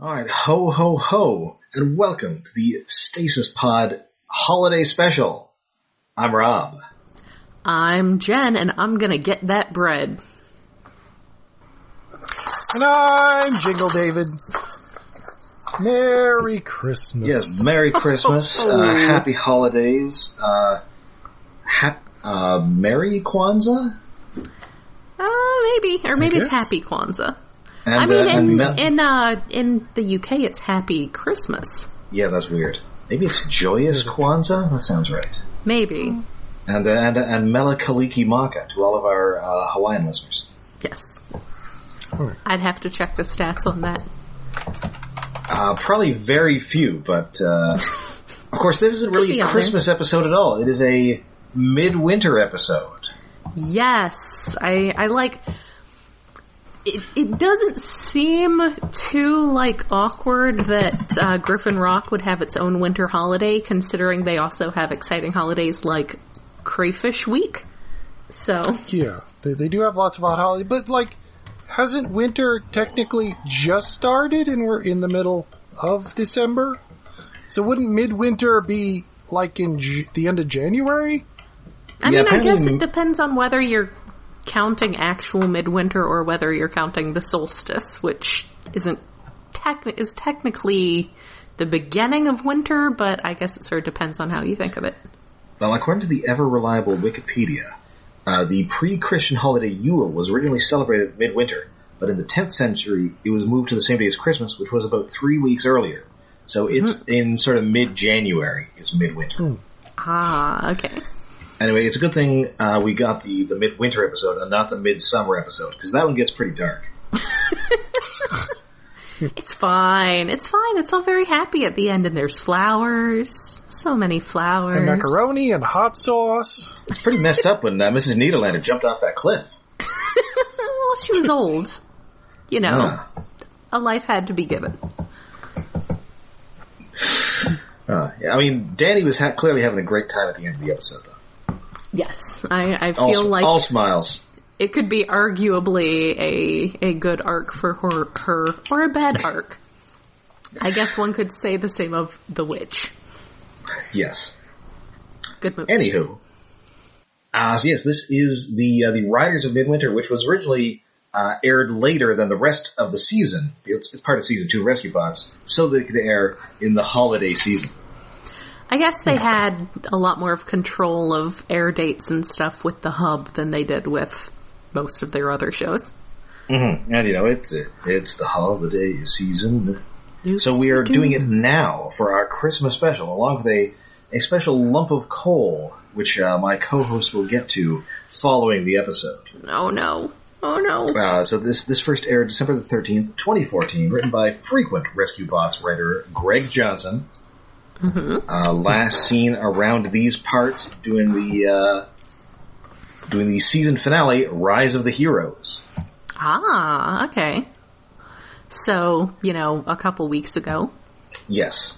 All right, ho ho ho, and welcome to the Stasis Pod Holiday Special. I'm Rob. I'm Jen, and I'm gonna get that bread. And I'm Jingle David. Merry Oh. Christmas. Yes, Merry Christmas, uh, Happy Holidays, uh, hap- uh, Merry Kwanzaa, Oh, maybe, or maybe it's guess. Happy Kwanzaa. and, I mean, uh, and in Mel- in, uh, in the UK, it's Happy Christmas. yeah, that's weird. Maybe it's Joyous Kwanzaa. That sounds right. Maybe, And uh, and and Melakaliki Maka to all of our uh, Hawaiian listeners. yes. Oh, I'd have to check the stats on that. Uh, probably very few, but uh, of course, this isn't Could really be a on there. Christmas episode at all. It is a midwinter episode. Yes, I I like. It, it doesn't seem too like awkward that uh, Griffin Rock would have its own winter holiday, considering they also have exciting holidays like Crayfish Week. So Yeah, they, they do have lots of hot holidays, but like, hasn't winter technically just started and we're in the middle of December? So wouldn't midwinter be like in J- the end of January? I Yeah, mean, I guess apparently- it depends on whether you're counting actual midwinter or whether you're counting the solstice, which isn't techni is technically the beginning of winter, but I guess it sort of depends on how you think of it. Well, according to the ever reliable Wikipedia, uh, the pre-Christian holiday Yule was originally celebrated at midwinter, but in the 10th century it was moved to the same day as Christmas, which was about three weeks earlier. So it's Hmm. in sort of mid-January. It's midwinter. Ah, okay. Anyway, it's a good thing uh, we got the the midwinter episode and not the midsummer episode because that one gets pretty dark. It's fine. It's fine. It's all very happy at the end, and there's flowers. So many flowers. And macaroni and hot sauce? It's pretty messed up when uh, Mrs. Niederlander jumped off that cliff. well, she was old. You know, Ah. a life had to be given. Uh, yeah, I mean, Danny was ha- clearly having a great time at the end of the episode. Though. Yes, I, I feel All, sm- like all smiles. it could be arguably a a good arc for her, her or a bad arc. I guess one could say the same of the witch. Yes. Good movie. Anywho, uh, so yes, this is the uh, the Riders of Midwinter, which was originally uh, aired later than the rest of the season. It's, it's part of season two, of Rescue Bots, so that it could air in the holiday season. I guess they had a lot more of control of air dates and stuff with the hub than they did with most of their other shows. Mm-hmm. And you know, it's it's the holiday season, so we are doing it now for our Christmas special, along with a a special lump of coal, which uh, my co-host will get to following the episode. Oh no. Oh no. Uh, so this this first aired December the thirteenth, twenty fourteen, written by frequent Rescue Bots writer Greg Johnson. Uh, last seen around these parts doing the uh, doing the season finale, Rise of the Heroes. Ah, okay. So, you know, a couple weeks ago. Yes.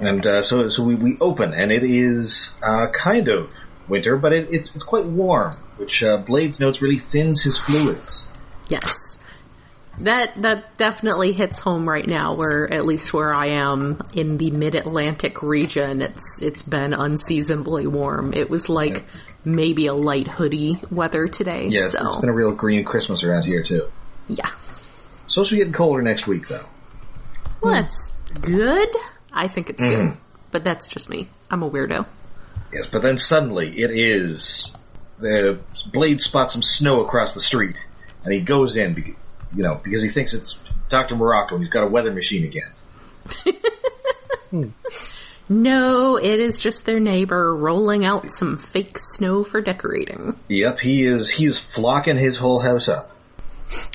And uh, so so we, we open, and it is uh, kind of winter, but it, it's it's quite warm, which uh, Blades notes really thins his fluids. Yes. That that definitely hits home right now where at least where I am in the mid-Atlantic region it's it's been unseasonably warm. It was like maybe a light hoodie weather today. Yeah, it's- so it's been a real green Christmas around here too. yeah. It's supposed to be getting colder next week, though. Well, that's good. I think it's Mm-hmm. good. But that's just me. I'm a weirdo. Yes, but then suddenly it is the blade spots some snow across the street, and he goes in, be- you know, because he thinks it's Doctor Morocco. He's got a weather machine again. No, it is just their neighbor rolling out some fake snow for decorating. Yep, he is. He is flocking his whole house up.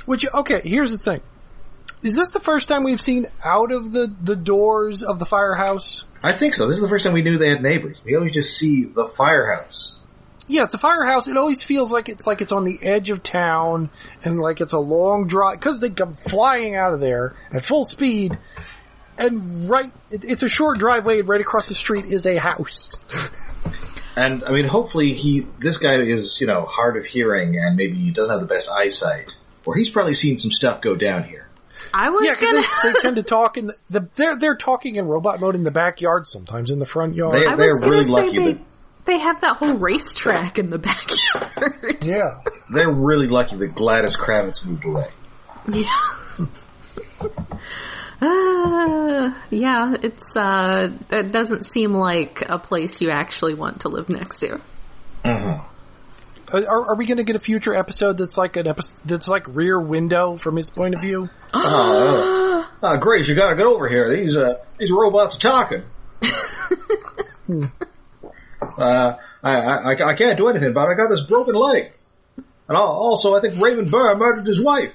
Which, okay, here's the thing. Is this the first time we've seen out of the, the doors of the firehouse? I think so. This is the first time we knew they had neighbors. We always just see the firehouse. Yeah, it's a firehouse. It always feels like it's like it's on the edge of town and like it's a long drive because they come flying out of there at full speed. And right, it, it's a short driveway, and right across the street is a house. And I mean, hopefully he, this guy is, you know, hard of hearing and maybe doesn't have the best eyesight, or he's probably seen some stuff go down here. I was Yeah, gonna. because they, they tend to talk in the, the they're they're talking in robot mode in the backyard sometimes in the front yard. They- I they're was gonna really say lucky they, that- they have that whole racetrack in the backyard. yeah, They're really lucky that Gladys Kravitz moved away. Yeah. Uh, yeah, it's uh it doesn't seem like a place you actually want to live next to. Uh, are, are we going to get a future episode that's like an episode that's like Rear Window from his point of view? Oh, oh, Ah, Grace, you gotta get over here. These uh, these robots are talking. uh, I, I, I can't do anything about it. I got this broken leg. And al- also, I think Raymond Burr murdered his wife.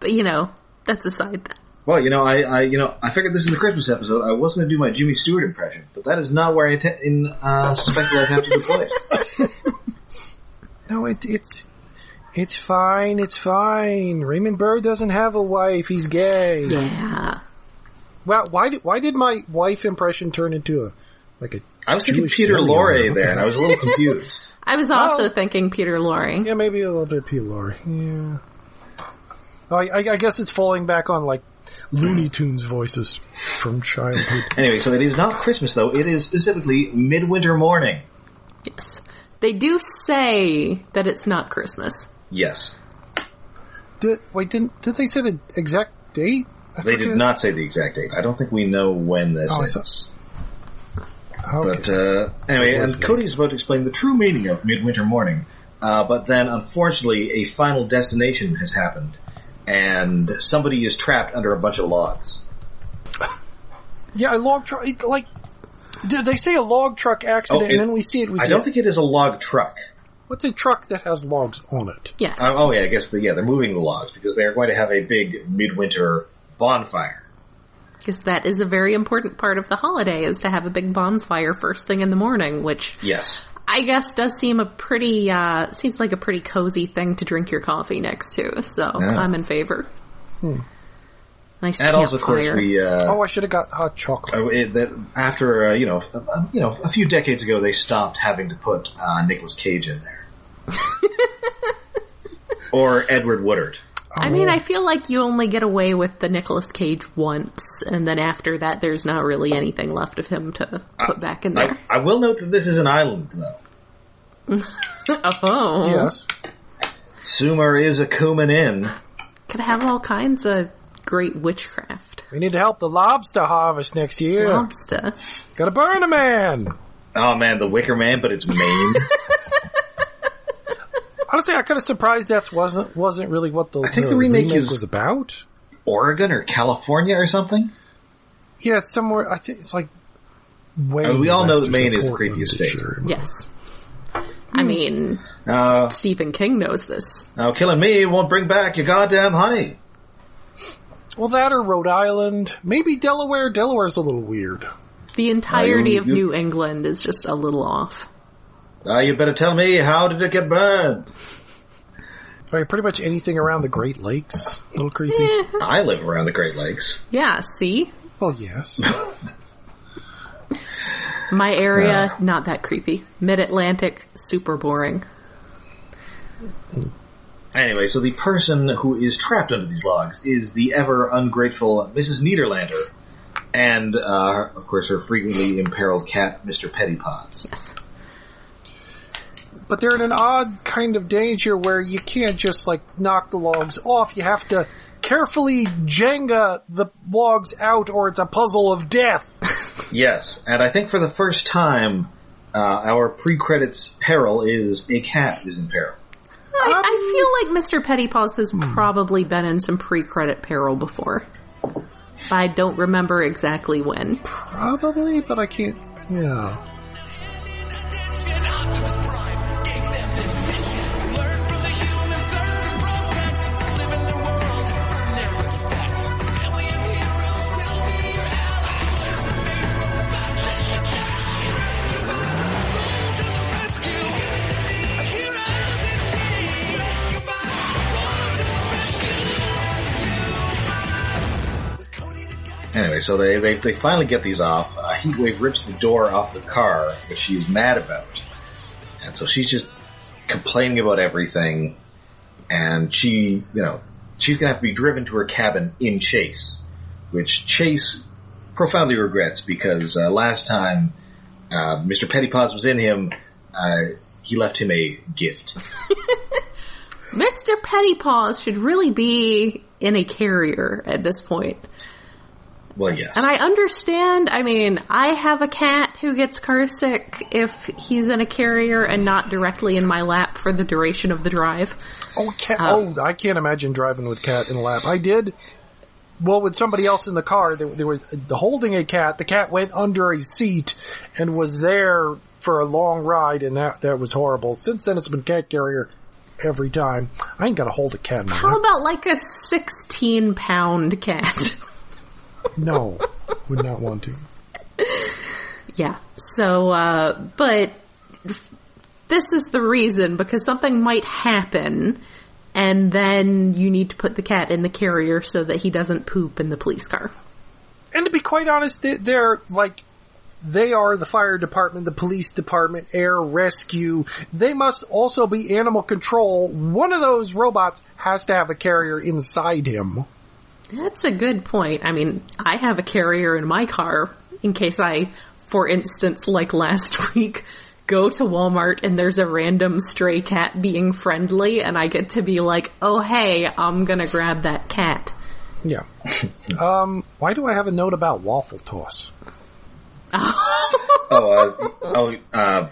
But you know, that's aside. Well, you know, I, I, you know, I figured this is the Christmas episode. I was going to do my Jimmy Stewart impression, but that is not where I atten- in, uh, suspected I'd have to do play. No, it, it's it's fine. It's fine. Raymond Burr doesn't have a wife. He's gay. Yeah. Wow, why did why did my wife impression turn into a like a I was thinking Jewish Peter Jerry Lorre over there, and I was a little confused. I was also Oh. thinking Peter Lorre. yeah maybe a little bit P. Laurie. Yeah. Oh, I, I, I guess it's falling back on like Looney Tunes voices from childhood. Anyway, so it is not Christmas though. It is specifically midwinter morning. Yes. They do say that it's not Christmas. Yes, Did, wait, didn't did they say the exact date? I they forget. did not say the exact date. I don't think we know when this Oh, I thought- is. Okay. But uh, anyway, It was and big. Cody's about to explain the true meaning of midwinter morning. Uh, but then, unfortunately, a final destination has happened, and somebody is trapped under a bunch of logs. Yeah, a log truck. it- Like, did they say a log truck accident, Oh, it- and then we see it. We I see don't it. think it is a log truck. what's a truck that has logs on it? Yes. Uh, oh yeah, I guess the, yeah they're moving the logs because they are going to have a big midwinter bonfire. Because that is a very important part of the holiday is to have a big bonfire first thing in the morning, which Yes, I guess does seem a pretty uh seems like a pretty cozy thing to drink your coffee next to. So Yeah. Hmm. I'm in favor. Nice and also of course campfire. we uh, Oh, I should have got hot chocolate. Uh, it, that after uh, you know, uh, you know, a few decades ago, they stopped having to put uh, Nicolas Cage in there, or Edward Woodard. I mean, uh, I feel like you only get away with the Nicolas Cage once, and then after that, there's not really anything left of him to Uh, put back in I, there. I will note that this is an island, though. oh, Uh-huh. Yes. Sumer is a Cumin in. could have all kinds of great witchcraft. We need to help the lobster harvest next year. Lobster. Gotta burn a man. Oh man, the Wicker Man, but it's Maine. Honestly, I kind of surprised that wasn't wasn't really what the, I think the remake is- was about. Oregon or California or something. Yeah, it's somewhere. I think it's like. Way mean, we all know that west or Maine is the Portland, creepiest I'm state. sure. Yes. Hmm. I mean, Uh, Stephen King knows this. now killing me won't bring back your goddamn honey. Well, that or Rhode Island, maybe Delaware. Delaware's a little weird. The entirety you- of you- New England is just a little off. Uh, you better tell me how did it get burned. Right, pretty much anything around the Great Lakes, a little creepy. Eh. I live around the Great Lakes. Yeah, see? Well, yes. My area, not that creepy. Mid Atlantic, super boring. Anyway, so the person who is trapped under these logs is the ever ungrateful Mrs. Niederlander, and uh, of course her frequently imperiled cat, Mister Pettypods. But they're in an odd kind of danger where you can't just like knock the logs off. You have to carefully Jenga the logs out, or it's a puzzle of death. Yes, and I think for the first time, uh, our pre-credits peril is a cat is in peril. I, I feel like Mr. Pettypaws has probably been in some pre-credit peril before. But I don't remember exactly when. Probably, but I can't. Yeah. Anyway, so they they, they finally get these off. Uh, Heatwave rips the door off the car, which she's mad about, and so she's just complaining about everything. And she, you know, she's going to have to be driven to her cabin in Chase, which Chase profoundly regrets because uh, last time uh, Mr. Pettypaws was in him, uh, he left him a gift. Mr. Pettypaws should really be in a carrier at this point. Well, yes. And I understand, I mean, I have a cat who gets car sick if he's in a carrier and not directly in my lap for the duration of the drive. Oh, cat, oh, I can't imagine driving with cat in a lap. I did. Well, with somebody else in the car, they, they were holding a cat. The cat went under a seat and was there for a long ride, and that that was horrible. Since then, it's been cat carrier every time. I ain't got to hold a cat. In my How lap. about like a 16 pound cat? No, would not want to. Yeah. So, uh, but this is the reason because something might happen, and then you need to put the cat in the carrier so that he doesn't poop in the police car. and to be quite honest, they, they're like they are the fire department, the police department, air rescue. They must also be animal control. One of those robots has to have a carrier inside him. That's a good point. I mean, I have a carrier in my car in case I, for instance, like last week, go to Walmart and there's a random stray cat being friendly, and I get to be like, oh, hey, I'm gonna grab that cat. Yeah. Um, why do I have a note about waffle toss? oh, uh, oh, uh,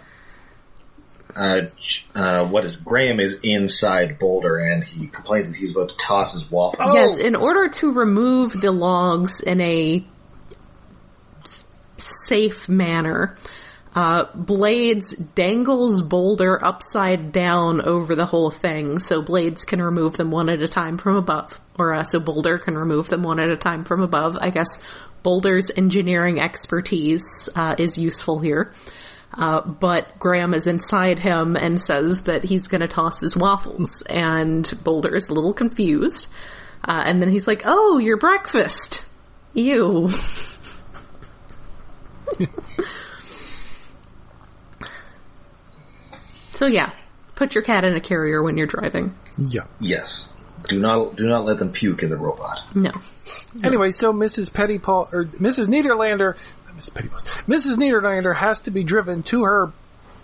uh, Ch- uh, what is Graham is inside Boulder and he complains that he's about to toss his waffle. Oh. Yes, in order to remove the logs in a s- safe manner, uh, Blades dangles Boulder upside down over the whole thing, so Blades can remove them one at a time from above, or uh, so Boulder can remove them one at a time from above. I guess Boulder's engineering expertise uh, is useful here. Uh, but Graham is inside him and says that he's going to toss his waffles, and Boulder is a little confused. Uh, and then he's like, "Oh, your breakfast." Ew. so yeah, put your cat in a carrier when you're driving. Yeah. Yes. Do not do not let them puke in the robot. No. Anyway, so Mrs. Pettypaw or Mrs. Niederlander, Mrs. Pettypaw, Mrs. Niederlander has to be driven to her,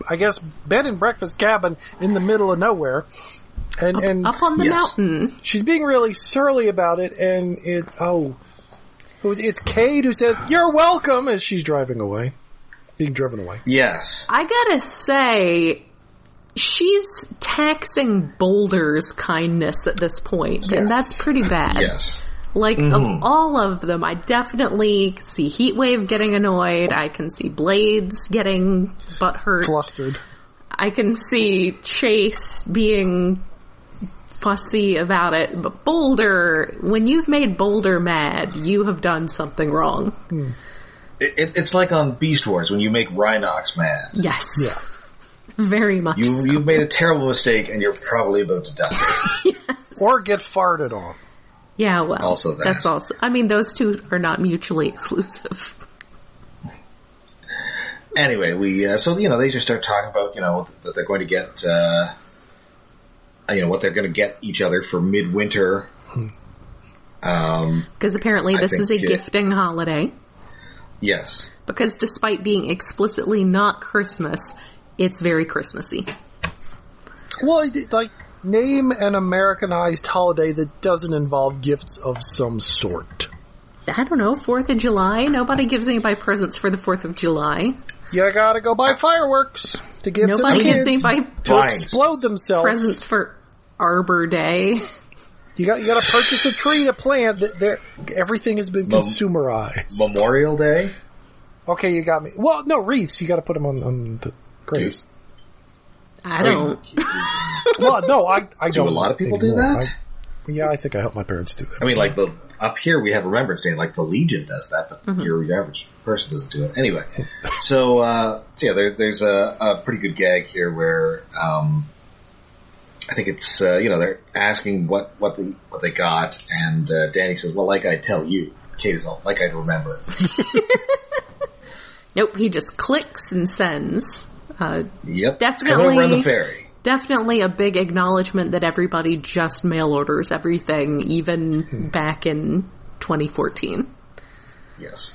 I guess, bed and breakfast cabin in the middle of nowhere, and and Up on the Yes. mountain. she's being really surly about it, and it oh, it was- it's Cade who says "You're welcome" as she's driving away, being driven away. Yes. I gotta say, she's taxing Boulder's kindness at this point, and that's pretty bad. Yes. Like of all of them, I definitely see Heatwave getting annoyed. I can see Blades getting butthurt. Flustered. I can see Chase being fussy about it, but Boulder, when you've made Boulder mad, you have done something wrong. It, it, it's like on Beast Wars when you make Rhinox mad. Yes. Very much. You so. you made a terrible mistake and you're probably about to die. Or get farted on. yeah, well. Also that. That's also. I mean, those two are not mutually exclusive. anyway, we uh, so you know they just start talking about you know that they're going to get uh, you know what they're going to get each other for midwinter. Um, Because apparently I this is a think it- gifting holiday. yes, Because despite being explicitly not Christmas, it's very Christmassy. Well, it did, like name an Americanized holiday that doesn't involve gifts of some sort. I don't know, 4th of July? Nobody gives anybody presents for the 4th of July. You gotta go buy fireworks to give Nobody to the kids gives anybody to Fine. explode themselves. presents for Arbor Day. You got you got to purchase a tree to plant. That there, everything has been Mem- consumerized. Memorial Day. okay, you got me. Well, no wreaths. You got to put them on, on the graves. I don't. Well, no, I I Do don't. a lot of people do anymore. that? I- yeah, I think I helped my parents do that. I mean, like the up here we have Remembrance Day, like the Legion does that, but your average person doesn't do it. Anyway, so, uh, so yeah, there, there's a, a pretty good gag here where um, I think it's uh, you know they're asking what what the what they got, and uh, Danny says, "Well, like I tell you." Kate is all like I remember. Nope, he just clicks and sends. Uh, Yep, 'cause I Definitely. ran the ferry. definitely a big acknowledgement that everybody just mail orders everything, even back in 2014. Yes.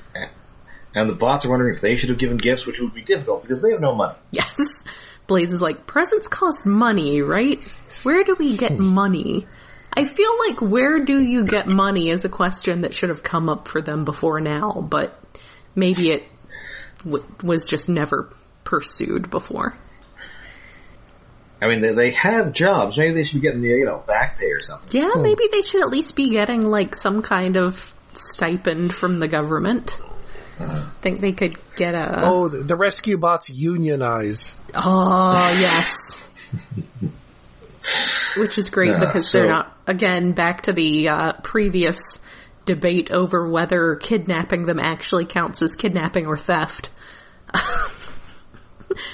And the bots are wondering if they should have given gifts, which would be difficult because they have no money. Yes. Blades is like, presents cost money, right? Where do we get money? I feel like where do you get money is a question that should have come up for them before now, but maybe it w- was just never pursued before. I mean, they, they have jobs. Maybe they should be getting, you know, back pay or something. Yeah, maybe they should at least be getting like some kind of stipend from the government. Hmm. Think they could get a Oh, the, the rescue bots unionize. Oh yes. Which is great Yeah, because so- they're not again back to the uh, previous debate over whether kidnapping them actually counts as kidnapping or theft.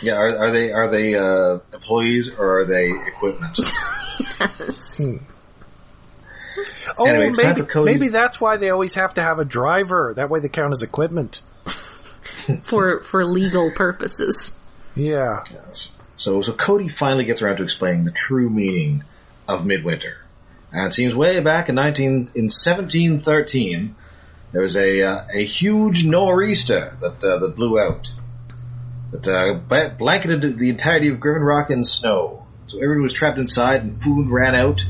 Yeah, are, are they are they uh, employees or are they equipment? Oh, Anyway, it's time maybe, for Cody- maybe that's why they always have to have a driver. That way they count as equipment. For for legal purposes. Yeah. Yes. So so Cody finally gets around to explaining the true meaning of midwinter. And it seems way back in nineteen in seventeen thirteen, there was a uh, a huge nor'easter that uh, that blew out that uh, ba- blanketed the entirety of Griffin Rock in snow. So everyone was trapped inside, and food ran out,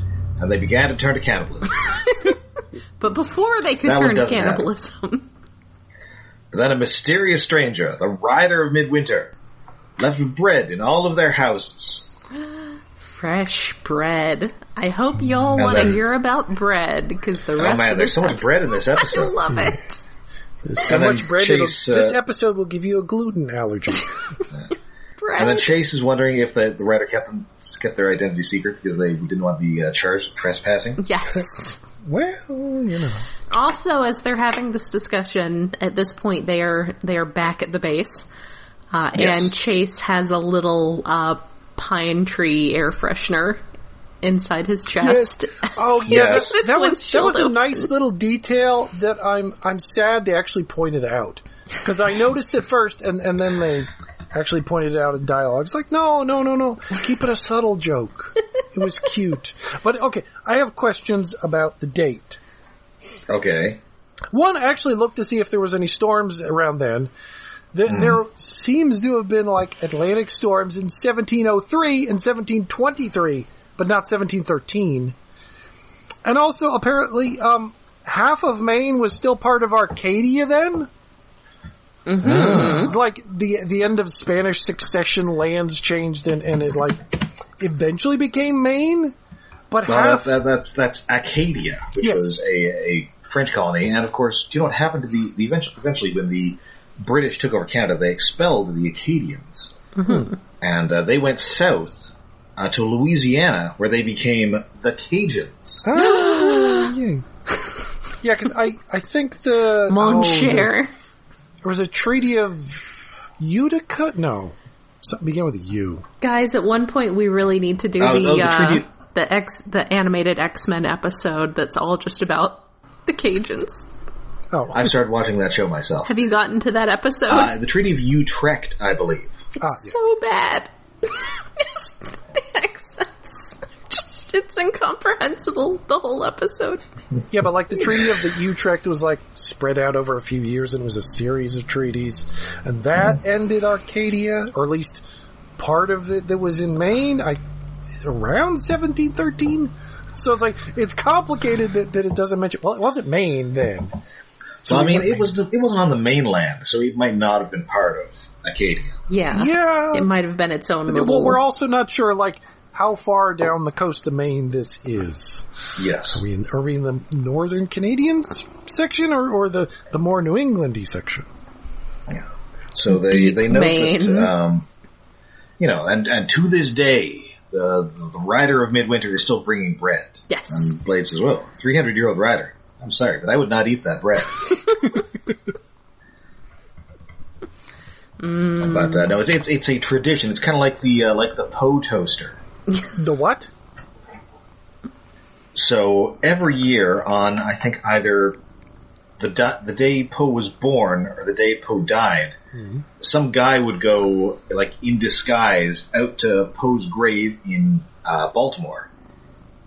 and they began to turn to cannibalism. But before they could That one turn to doesn't matter. cannibalism. But then a mysterious stranger, the Rider of Midwinter, left bread in all of their houses. Fresh bread. I hope y'all And want to then- hear about bread because the rest oh man, of the there's so much bread in this I episode. love it. How And then much bread Chase, it'll, this uh, episode will give you a gluten allergy. Bread. And then Chase is wondering if the, the writer kept them kept their identity secret because they didn't want to be uh, charged with trespassing. yes. well, you know. also as they're having this discussion at this point they are they are back at the base uh, Yes. and chase has a little uh, pine tree air freshener inside his chest Oh yeah, Yes. that, that With was that was a shield nice little detail that I'm I'm sad they actually pointed out because I noticed it first and and then they actually pointed it out in dialogue. It's like no no no no, keep it a subtle joke. It was cute, but okay. I have questions about the date. Okay. One, I actually looked to see if there was any storms around then. Th- Mm-hmm. There seems to have been like Atlantic storms in 1703 and 1723, but not 1713. And also, apparently, um, half of Maine was still part of Arcadia then. Mm-hmm. Like the the end of Spanish succession, lands changed, and, and it like eventually became Maine. But Well, half that, that, that's that's Acadia, which Yes. was a, a French colony, and of course, do you know what happened to the, the eventually, eventually when the British took over Canada? They expelled the Acadians, Mm-hmm. and uh, they went south uh, to Louisiana, where they became the Oh. Cajuns. yeah, because I, I think the mon oh, cher the- there was a treaty of Utica. No, something began with a U. guys at one point we really need to do Oh, the oh, the uh, tribute. the X the animated x-men episode that's all just about the cajuns Oh, I've started watching that show myself. have you gotten to that episode Uh, the Treaty of Utrecht, I believe. ah, yeah. so bad. Just the accents. Just it's incomprehensible the whole episode. yeah, but like the treaty of the Utrecht was like spread out over a few years, and it was a series of treaties, and that Mm-hmm. ended Arcadia, or at least part of it that was in Maine. I around seventeen thirteen. So it's like it's complicated that, that it doesn't mention. Well, it wasn't Maine then. So I mean, it was it wasn't on the mainland, so it might not have been part of Acadia. Yeah. Yeah, It might have been its own Yeah, little Well, we're also not sure, like, how far down the coast of Maine this is. Yes, I mean, are we in the northern Canadian s- section or, or the, the more New Englandy section? Yeah. So they they know vein. that um, you know, and and to this day, the the rider of Midwinter is still bringing bread. Yes. And Blade says, "Well, three hundred year old rider. I'm sorry, but I would not eat that bread." But uh, no, it's, it's it's a tradition. It's kind of like the uh, like the Poe toaster. The what? So every year on, I think either the di- the day Poe was born or the day Poe died, some guy would go like in disguise out to Poe's grave in uh, Baltimore,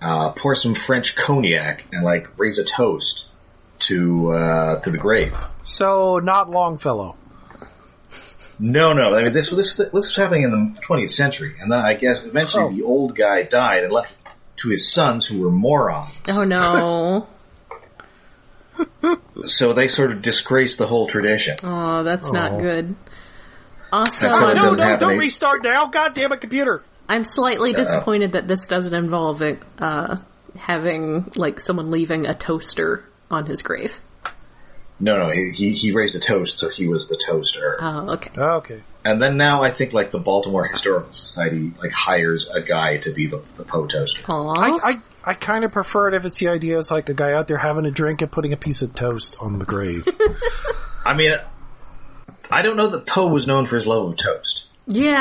uh, pour some French cognac, and like raise a toast to uh, to the grave. So not Longfellow. No, no. I mean, this this this was happening in the 20th century, and then I guess eventually Oh. the old guy died and left to his sons, who were morons. Oh no. So they sort of disgraced the whole tradition. Oh, that's Oh. not good. Also, That's how it No, doesn't no, happen don't either. restart now. God damn it, computer. I'm slightly disappointed that this doesn't involve it, uh, having like someone leaving a toaster on his grave. No, no. He he- he raised a toast, so he was the toaster. Oh, okay. Okay. And then now I think like the Baltimore Historical Society like hires a guy to be the, the Poe toaster. Aw. I, I, I kind of prefer it if it's the idea it's like a guy out there having a drink and putting a piece of toast on the grave. I mean, I don't know that Poe was known for his love of toast.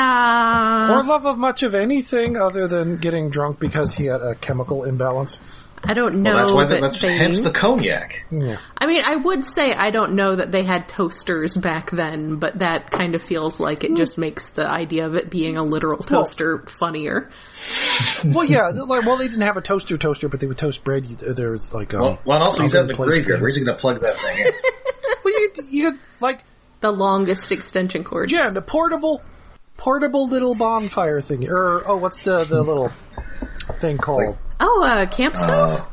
yeah. or love of much of anything other than getting drunk because he had a chemical imbalance. I don't know. Well, that's why the, that that's they- hence the cognac. Yeah. I mean, I would say I don't know that they had toasters back then, but that kind of feels like it just makes the idea of it being a literal toaster funnier. Well, yeah. Like, well, they didn't have a toaster toaster, but they would toast bread. You, there was like, um, Well, well and also he's out in the Plate graveyard. thing. Where's he going to plug that thing in? well, you, you could, like, The longest extension cord. Jen, a portable, portable little bonfire thing, or oh, what's the the little thing called? Like- Oh, uh, camp stove? Uh,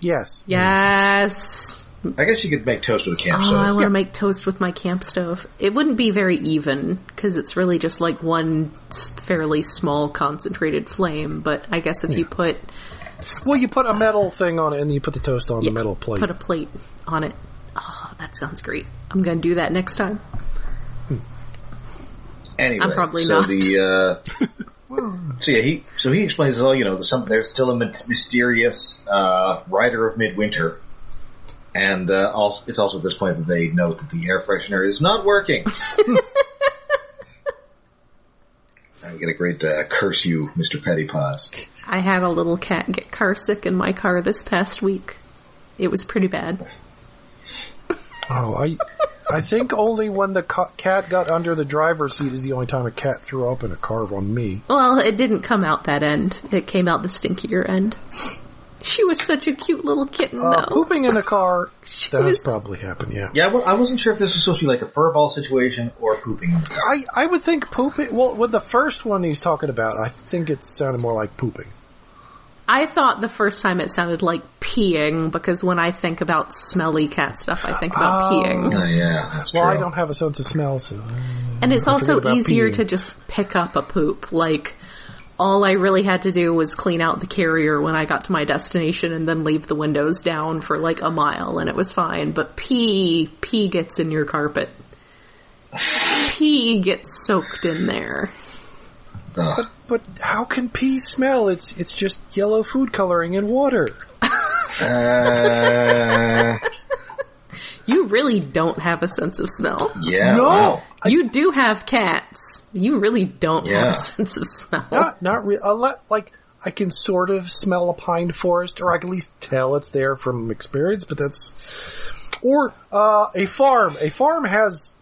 yes. yes. I guess you could make toast with a camp Oh, I stove. want to make toast with my camp stove. It wouldn't be very even because it's really just like one s- fairly small concentrated flame. But I guess if you put Well, you put a metal thing on it, and you put the toast on the metal plate. put a plate on it, oh, that sounds great. I'm gonna do that next time. Anyway, I'm probably so not. the uh, so yeah he so he explains oh you know there's some there's still a my- mysterious uh, rider of midwinter, and uh, also it's also at this point that they note that the air freshener is not working. And we get a great uh, curse you, Mister Pettypaws. I had a little cat get car sick in my car this past week. It was pretty bad. Oh, I, I think only when the ca- cat got under the driver's seat is the only time a cat threw up in a car on me. Well, it didn't come out that end. It came out the stinkier end. She was such a cute little kitten, Uh, though. pooping in the car. That was- has probably happened. Yeah. Yeah, well, I wasn't sure if this was supposed to be like a furball situation or pooping. I, I would think pooping. Well, with the first one he's talking about, I think it sounded more like pooping. I thought the first time it sounded like peeing because when I think about smelly cat stuff, I think about Oh. peeing. Oh, yeah, that's Well, true. I don't have a sense of smell, so. And it's also about easier peeing. to just pick up a poop. Like, all I really had to do was clean out the carrier when I got to my destination and then leave the windows down for like a mile and it was fine. But pee, pee gets in your carpet. Pee gets soaked in there. Ugh. But how can pee smell? It's it's just yellow food coloring and water. Uh, You really don't have a sense of smell. yeah. no, wow. You do have cats. You really don't Yeah. have a sense of smell. not not re- unless, like I can sort of smell a pine forest, or I can at least tell it's there from experience. But that's or uh, a farm. A farm has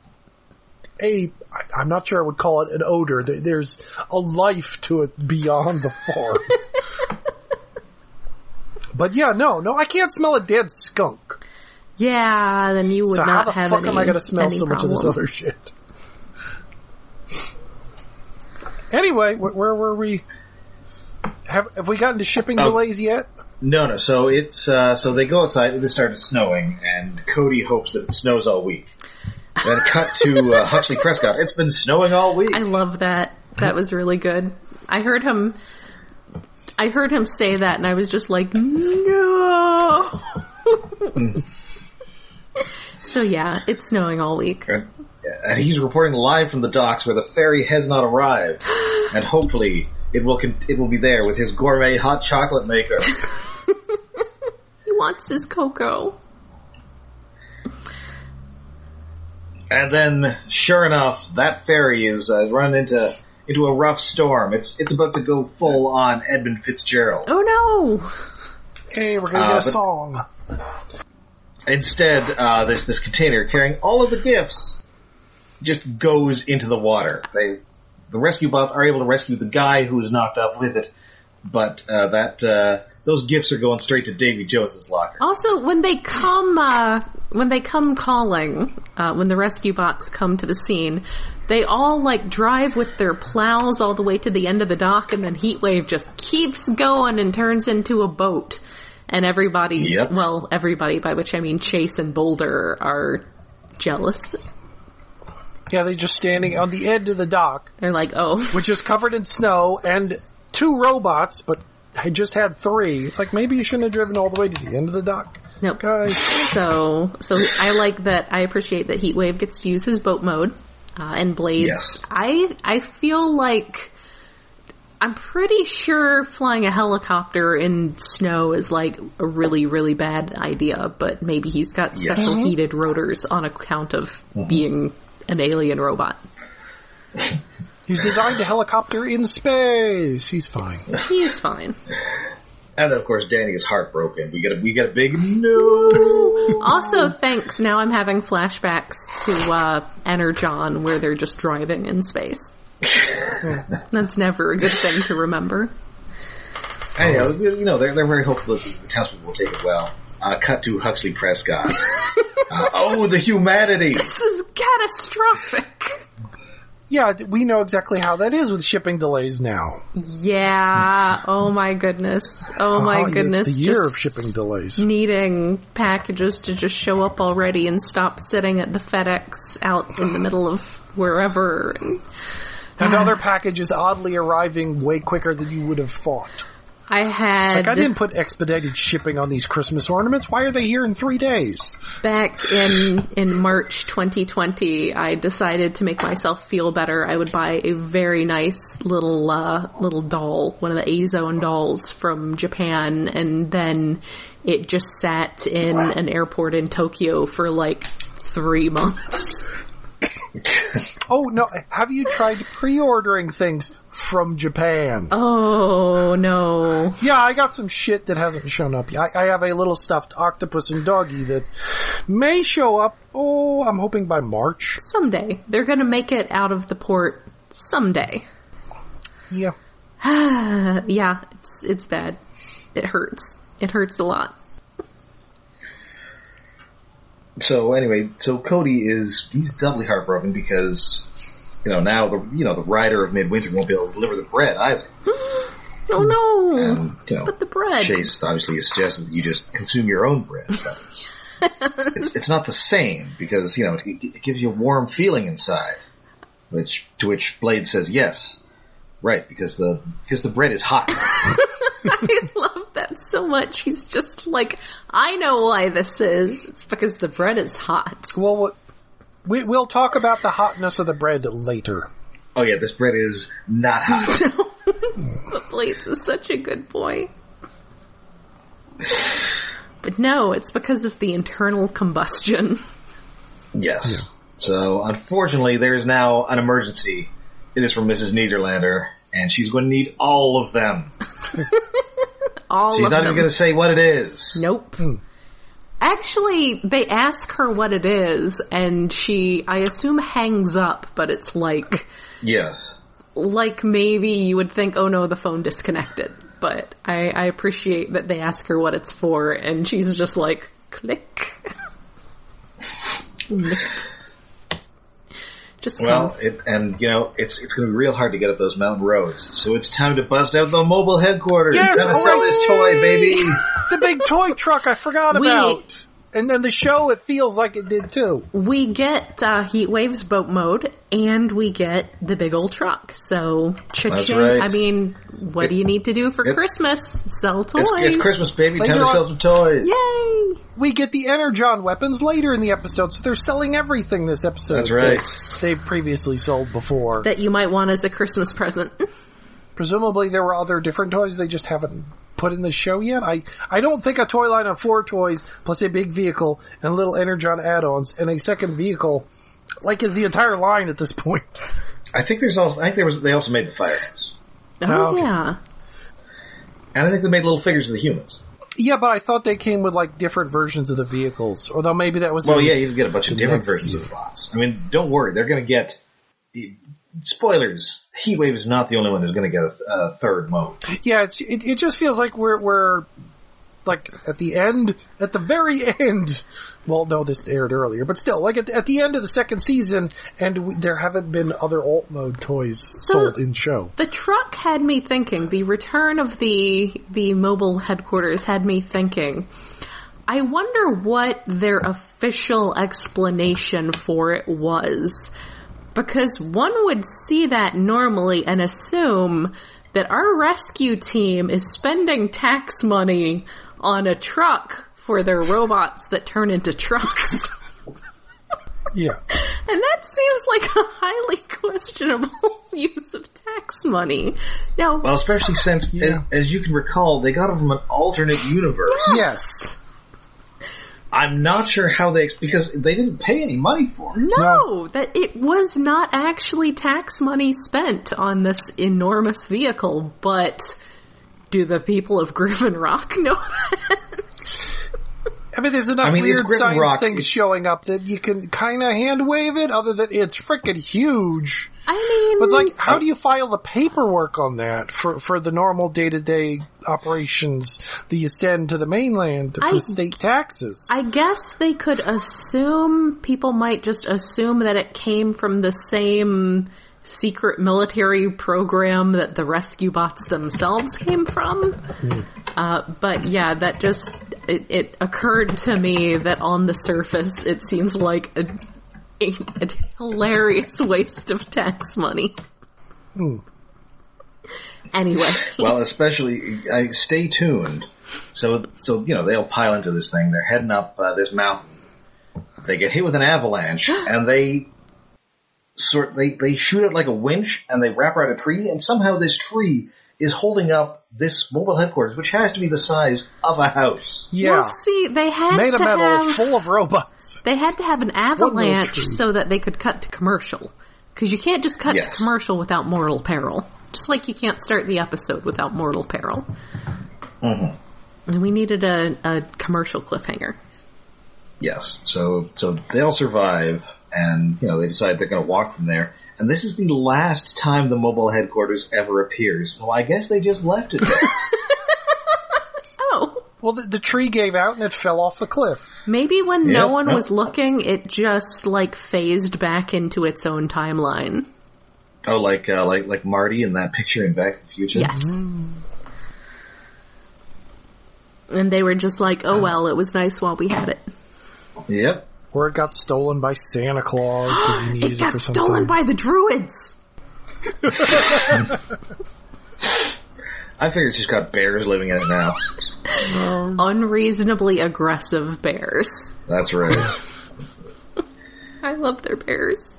a I- I'm not sure I would call it an odor. There- There's a life to it beyond the farm. but yeah, no, no, I can't smell a dead skunk. Yeah, then you would So how not the have fuck any. am I going to smell any so much of this problem. other shit? Anyway, where, where were we? Have have we gotten to shipping Oh. delays yet? No, no. So it's uh, so they go outside. It started snowing, and Cody hopes that it snows all week. Then cut to uh, Huxley Prescott. It's been snowing all week. I love that. That was really good. I heard him. I heard him say that, and I was just like, no. so yeah, it's snowing all week. And, uh, and he's reporting live from the docks where the ferry has not arrived, and hopefully it will con- it will be there with his gourmet hot chocolate maker. He wants his cocoa. And then, sure enough, that ferry is uh, running into into a rough storm. It's it's about to go full on Edmund Fitzgerald. Oh no! Hey, we're gonna Uh, get a but- song. Instead, uh, there's this container carrying all of the gifts just goes into the water. They, the rescue bots are able to rescue the guy who is knocked up with it, but uh, that uh, those gifts are going straight to Davy Jones's locker. Also, when they come, uh, when they come calling, uh, when the rescue bots come to the scene, they all like drive with their plows all the way to the end of the dock, and then Heatwave just keeps going and turns into a boat. And everybody, Yep. well, everybody, by which I mean Chase and Boulder, are jealous. Yeah, they're just standing on the edge of the dock, They're like, "Oh, which is covered in snow, and two robots, but I just had three. It's like maybe you shouldn't have driven all the way to the end of the dock. Nope. Guys. So, so I like that. I appreciate that Heatwave gets to use his boat mode uh, and blades. Yes. I I feel like I'm pretty sure flying a helicopter in snow is like a really really bad idea, but maybe he's got Yes. Mm-hmm. special heated rotors on account of being an alien robot. He's designed a helicopter in space. He's fine. He's fine. And then, of course, Danny is heartbroken. We get a, we get a big no. Also, thanks. Now I'm having flashbacks to uh, Energon where they're just driving in space. That's never a good thing to remember. I know, you know, they're, they're very hopeful that the townspeople will take it well. Uh, cut to Huxley Prescott. uh, oh, the humanity! This is catastrophic. Yeah, we know exactly how that is with shipping delays now. Yeah. Oh my goodness. Oh Uh, my the- goodness. The year Just of shipping delays. Needing packages to just show up already and stop sitting at the FedEx out in the middle of wherever. And other packages oddly arriving way quicker than you would have thought. I had Like, I didn't put expedited shipping on these Christmas ornaments. Why are they here in three days? back in in March 2020, I decided to make myself feel better. I would buy a very nice little uh, little doll, one of the Azone dolls from Japan, and then it just sat in an airport in Tokyo for like three months. Oh, no. Have you tried pre-ordering things from Japan? Oh no! Yeah, I got some shit that hasn't shown up yet. I, I have a little stuffed octopus and doggy that may show up. Oh, I'm hoping by March. Someday they're gonna make it out of the port. Someday. Yeah. Uh, yeah, it's it's bad. It hurts. It hurts a lot. So anyway, so Cody is he's doubly heartbroken because you know now the you know the rider of midwinter won't be able to deliver the bread either. Oh no! And you know, But the bread. Chase obviously is suggesting that you just consume your own bread. But it's, it's it's not the same because you know it, it gives you a warm feeling inside. Which to which Blade says yes, right? Because the because the bread is hot. I love that so much. He's just like, I know why this is. It's because the bread is hot. Well, what- we, we'll talk about the hotness of the bread later. oh yeah, this bread is not hot. But Blades is such a good boy. But no, it's because of the internal combustion. yes. So unfortunately, there is now an emergency. It is from Mrs. Niederlander, and she's going to need all of them. All She's of not them. even going to say what it is. Nope. Actually, they ask her what it is, and she, I assume, hangs up. But it's like, Yes. like maybe you would think, oh no, the phone disconnected. But I, I appreciate that they ask her what it's for, and she's just like, click. just Well, come. it, and you know, it's it's going to be real hard to get up those mountain roads. So it's time to bust out the mobile headquarters. Yes, Gotta sell this toy, baby. The big toy truck I forgot We- about. And then the show, it feels like it did too. we get uh, Heat Waves boat mode, and we get the big old truck. So, cha-ching. right. I mean, what do you need to do for it- Christmas? Sell toys. It's, it's Christmas, baby. Like, time you to know sell what? some toys. Yay! We get the Energon weapons later in the episode, so they're selling everything this episode. That's right. that They've previously sold before. That you might want as a Christmas present. Oh, Presumably there were other different toys they just haven't put in the show yet. I, I don't think a toy line of four toys plus a big vehicle and little Energon add-ons and a second vehicle like is the entire line at this point. I think there's also I think there was they also made the fire hose. Oh okay. yeah. and I think they made little figures of the humans. Yeah, but I thought they came with like different versions of the vehicles. Although maybe that was Well, in- yeah, you'll get a bunch of The different next versions of the bots. I mean, don't worry, they're going to get. Spoilers: Heatwave is not the only one who's going to get a, a third mode. Yeah, it's, it, it just feels like we're we're like at the end, at the very end. Well, no, this aired earlier, but still, like at, at the end of the second season, and we, there haven't been other alt mode toys So- sold in show. The truck had me thinking. The return of the the mobile headquarters had me thinking. I wonder what their official explanation for it was. Because one would see that normally and assume that our rescue team is spending tax money on a truck for their robots that turn into trucks. Yeah, And that seems like a highly questionable use of tax money. Now, Well, especially since, Yeah. as, as you can recall, they got it from an alternate universe. yes, I'm not sure how they ex- because they didn't pay any money for it. no, that it was not actually tax money spent on this enormous vehicle, but do the people of Griffin Rock know that? I mean, there's enough I mean, it's weird Grim science Rock. things It's- showing up that you can kind of hand wave it. Other than it's freaking huge, I mean, but like, how do you file the paperwork on that for for the normal day to day operations that you send to the mainland for I- state taxes? I guess they could assume people might just assume that it came from the same secret military program that the rescue bots themselves came from. Uh, but yeah, that just it, it occurred to me that on the surface it seems like a, a, a hilarious waste of tax money. Anyway, Well, especially, I, stay tuned. So, so you know they'll pile into this thing. They're heading up uh, this mountain. They get hit with an avalanche, and they sort they they shoot it like a winch, and they wrap around a tree, and somehow this tree is holding up this mobile headquarters, which has to be the size of a house. yeah. we'll see. They had made to of metal, have full of robots. They had to have an One avalanche little tree. so that they could cut to commercial. Because you can't just cut Yes. to commercial without mortal peril. Just like you can't start the episode without mortal peril. Mm-hmm. And we needed a, a commercial cliffhanger. Yes. So so they'll survive, and you know they decide they're going to walk from there. And this is the last time the mobile headquarters ever appears. Well, I guess they just left it there. Oh. Well, the, the tree gave out and it fell off the cliff. Maybe when no Yeah, one yeah. was looking, it just like phased back into its own timeline. oh, like uh, like like Marty in that picture in Back to the Future. Yes. Mm-hmm. And they were just like, oh well, it was nice while we had it. Yep. Or it got stolen by Santa Claus because he needed It it, got for stolen something. by the druids! I figure it's just got bears living in it now. unreasonably aggressive bears. That's right. I love their bears.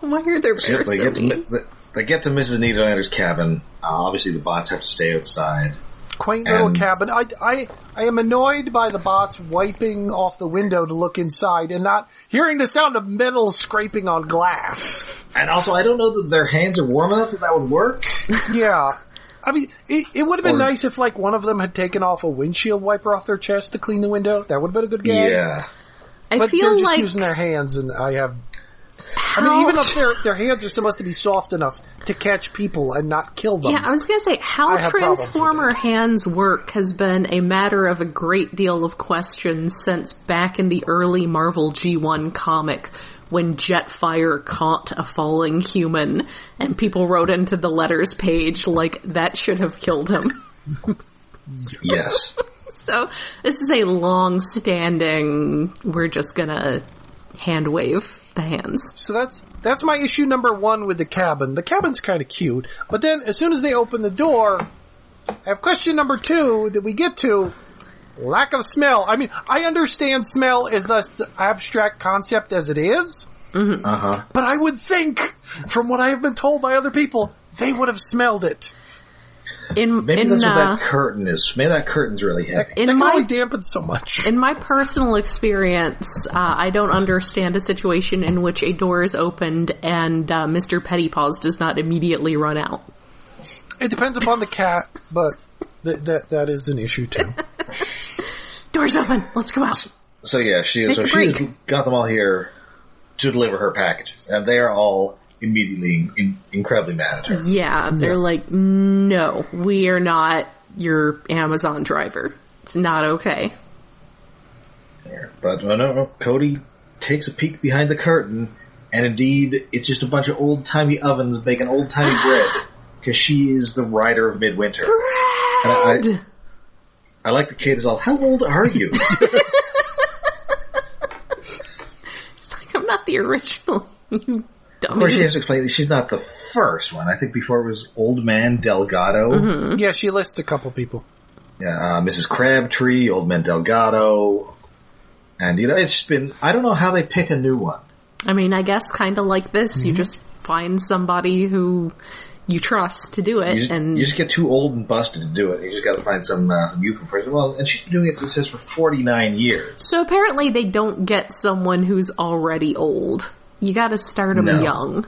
Why are their Yep, bears they, so get to, mean? they, they get to Mrs. Niederlander's cabin. Uh, obviously, the bots have to stay outside. quaint little And- cabin. I, I, I am annoyed by the bots wiping off the window to look inside and not hearing the sound of metal scraping on glass. And also, I don't know that their hands are warm enough that that would work. Yeah. I mean, it, it would have been Or- nice if like one of them had taken off a windshield wiper off their chest to clean the window. That would have been a good gag. Yeah. I But they're feel just like using their hands and I have how, I mean, even up there, um, their hands are supposed to be soft enough to catch people and not kill them. yeah, I was gonna say how I have problems with transformer hands work has been a matter of a great deal of questions since back in the early Marvel G1 comic when Jetfire caught a falling human and people wrote into the letters page like that should have killed him. Yes. So this is a long-standing. We're just gonna hand wave the hands. So that's that's my issue number one with the cabin. The cabin's kind of cute, but then as soon as they open the door, I have question number two that we get to lack of smell. I mean, I understand smell is thus the abstract concept as it is, Uh huh. but I would think, from what I have been told by other people, they would have smelled it. In Maybe in that's what uh, that curtain is. Maybe that curtain's really heavy. That in can only my dampen so much. in my personal experience, uh, I don't understand a situation in which a door is opened and uh, Mr. Pettypaws does not immediately run out. It depends upon the cat, but th- that that is an issue too. door's open. Let's go out. So yeah, she Make so a she break. got them all here to deliver her packages, and they are all immediately in, incredibly mad at her. Yeah, they're like, no, we are not your Amazon driver. It's not okay. there. But no, no, no, Cody takes a peek behind the curtain, and indeed, it's just a bunch of old timey ovens making old timey bread because she is the rider of midwinter. And I, I, I like the kid is all. How old are you? Like, I'm not the original, you Of course, she dummy. has to explain that she's not the first one. I think before it was Old Man Delgado, Yeah, she lists a couple people. yeah, uh, Mrs. Crabtree, Old Man Delgado, and you know it's just been. I don't know how they pick a new one. I mean, I guess kind of like this, Mm-hmm. you just find somebody who you trust to do it, You just, and you just get too old and busted to do it. You just got to find some uh, some youthful person. Well, and she's been doing it. It says for forty nine years. so apparently they don't get someone who's already old. You got to start them No. young.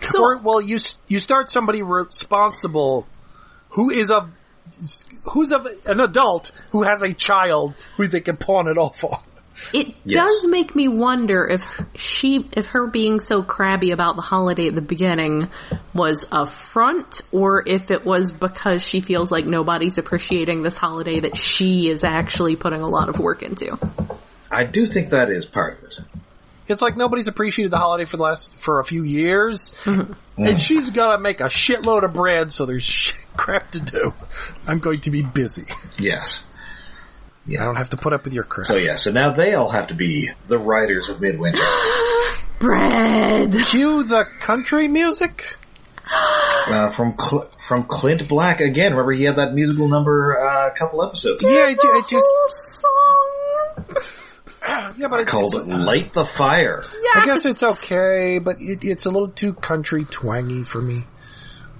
So Or well, you s- you start somebody responsible who is a who's of an adult who has a child who they can pawn it off on. It Yes. does make me wonder if she, if her being so crabby about the holiday at the beginning was a front or if it was because she feels like nobody's appreciating this holiday that she is actually putting a lot of work into. I do think that is part of it. It's like nobody's appreciated the holiday for the last for a few years, and she's got to make a shitload of bread, so there's shit, crap to do. I'm going to be busy. Yes. I don't have to put up with your crap. So yeah. So now they all have to be the writers of midwinter. Bread! Cue the country music. Uh, from Cl- from Clint Black again. Remember he had that musical number uh, a couple episodes ago Yeah, it, ju- it just Whole song! yeah, but it's, called it's- uh, "Light the Fire." I guess it's okay, but it, it's a little too country twangy for me.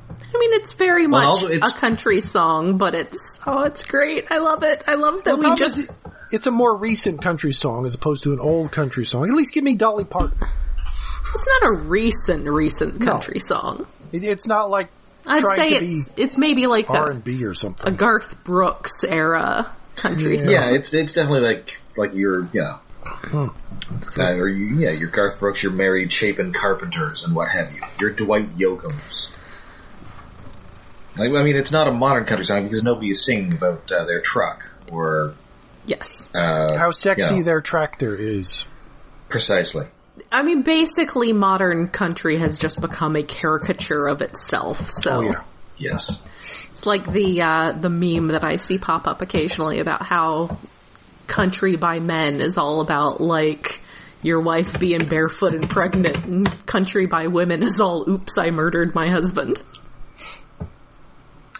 I mean, it's very much also it's- a country song, but it's, oh, it's great. I love it. I love that we Problem just, is, it's a more recent country song as opposed to an old country song. At least give me Dolly Parton. it's not a recent, recent country song. It, it's not like I'd Trying say to be it's, it's maybe like a- R and B or something. Garth Brooks era country song. Yeah, it's it's definitely like like your you know. Uh, or you, yeah, your Garth Brooks, your Mary Chapin Carpenters, and what have you. Your Dwight Yoakams. Like, I mean, it's not a modern country song because nobody is singing about uh, their truck or Yes. uh, How sexy Yeah. their tractor is. precisely. I mean, basically, modern country has just become a caricature of itself. So Oh yeah. Yes. it's like the uh, the meme that I see pop up occasionally about how country by men is all about like your wife being barefoot and pregnant, and country by women is all "Oops, I murdered my husband."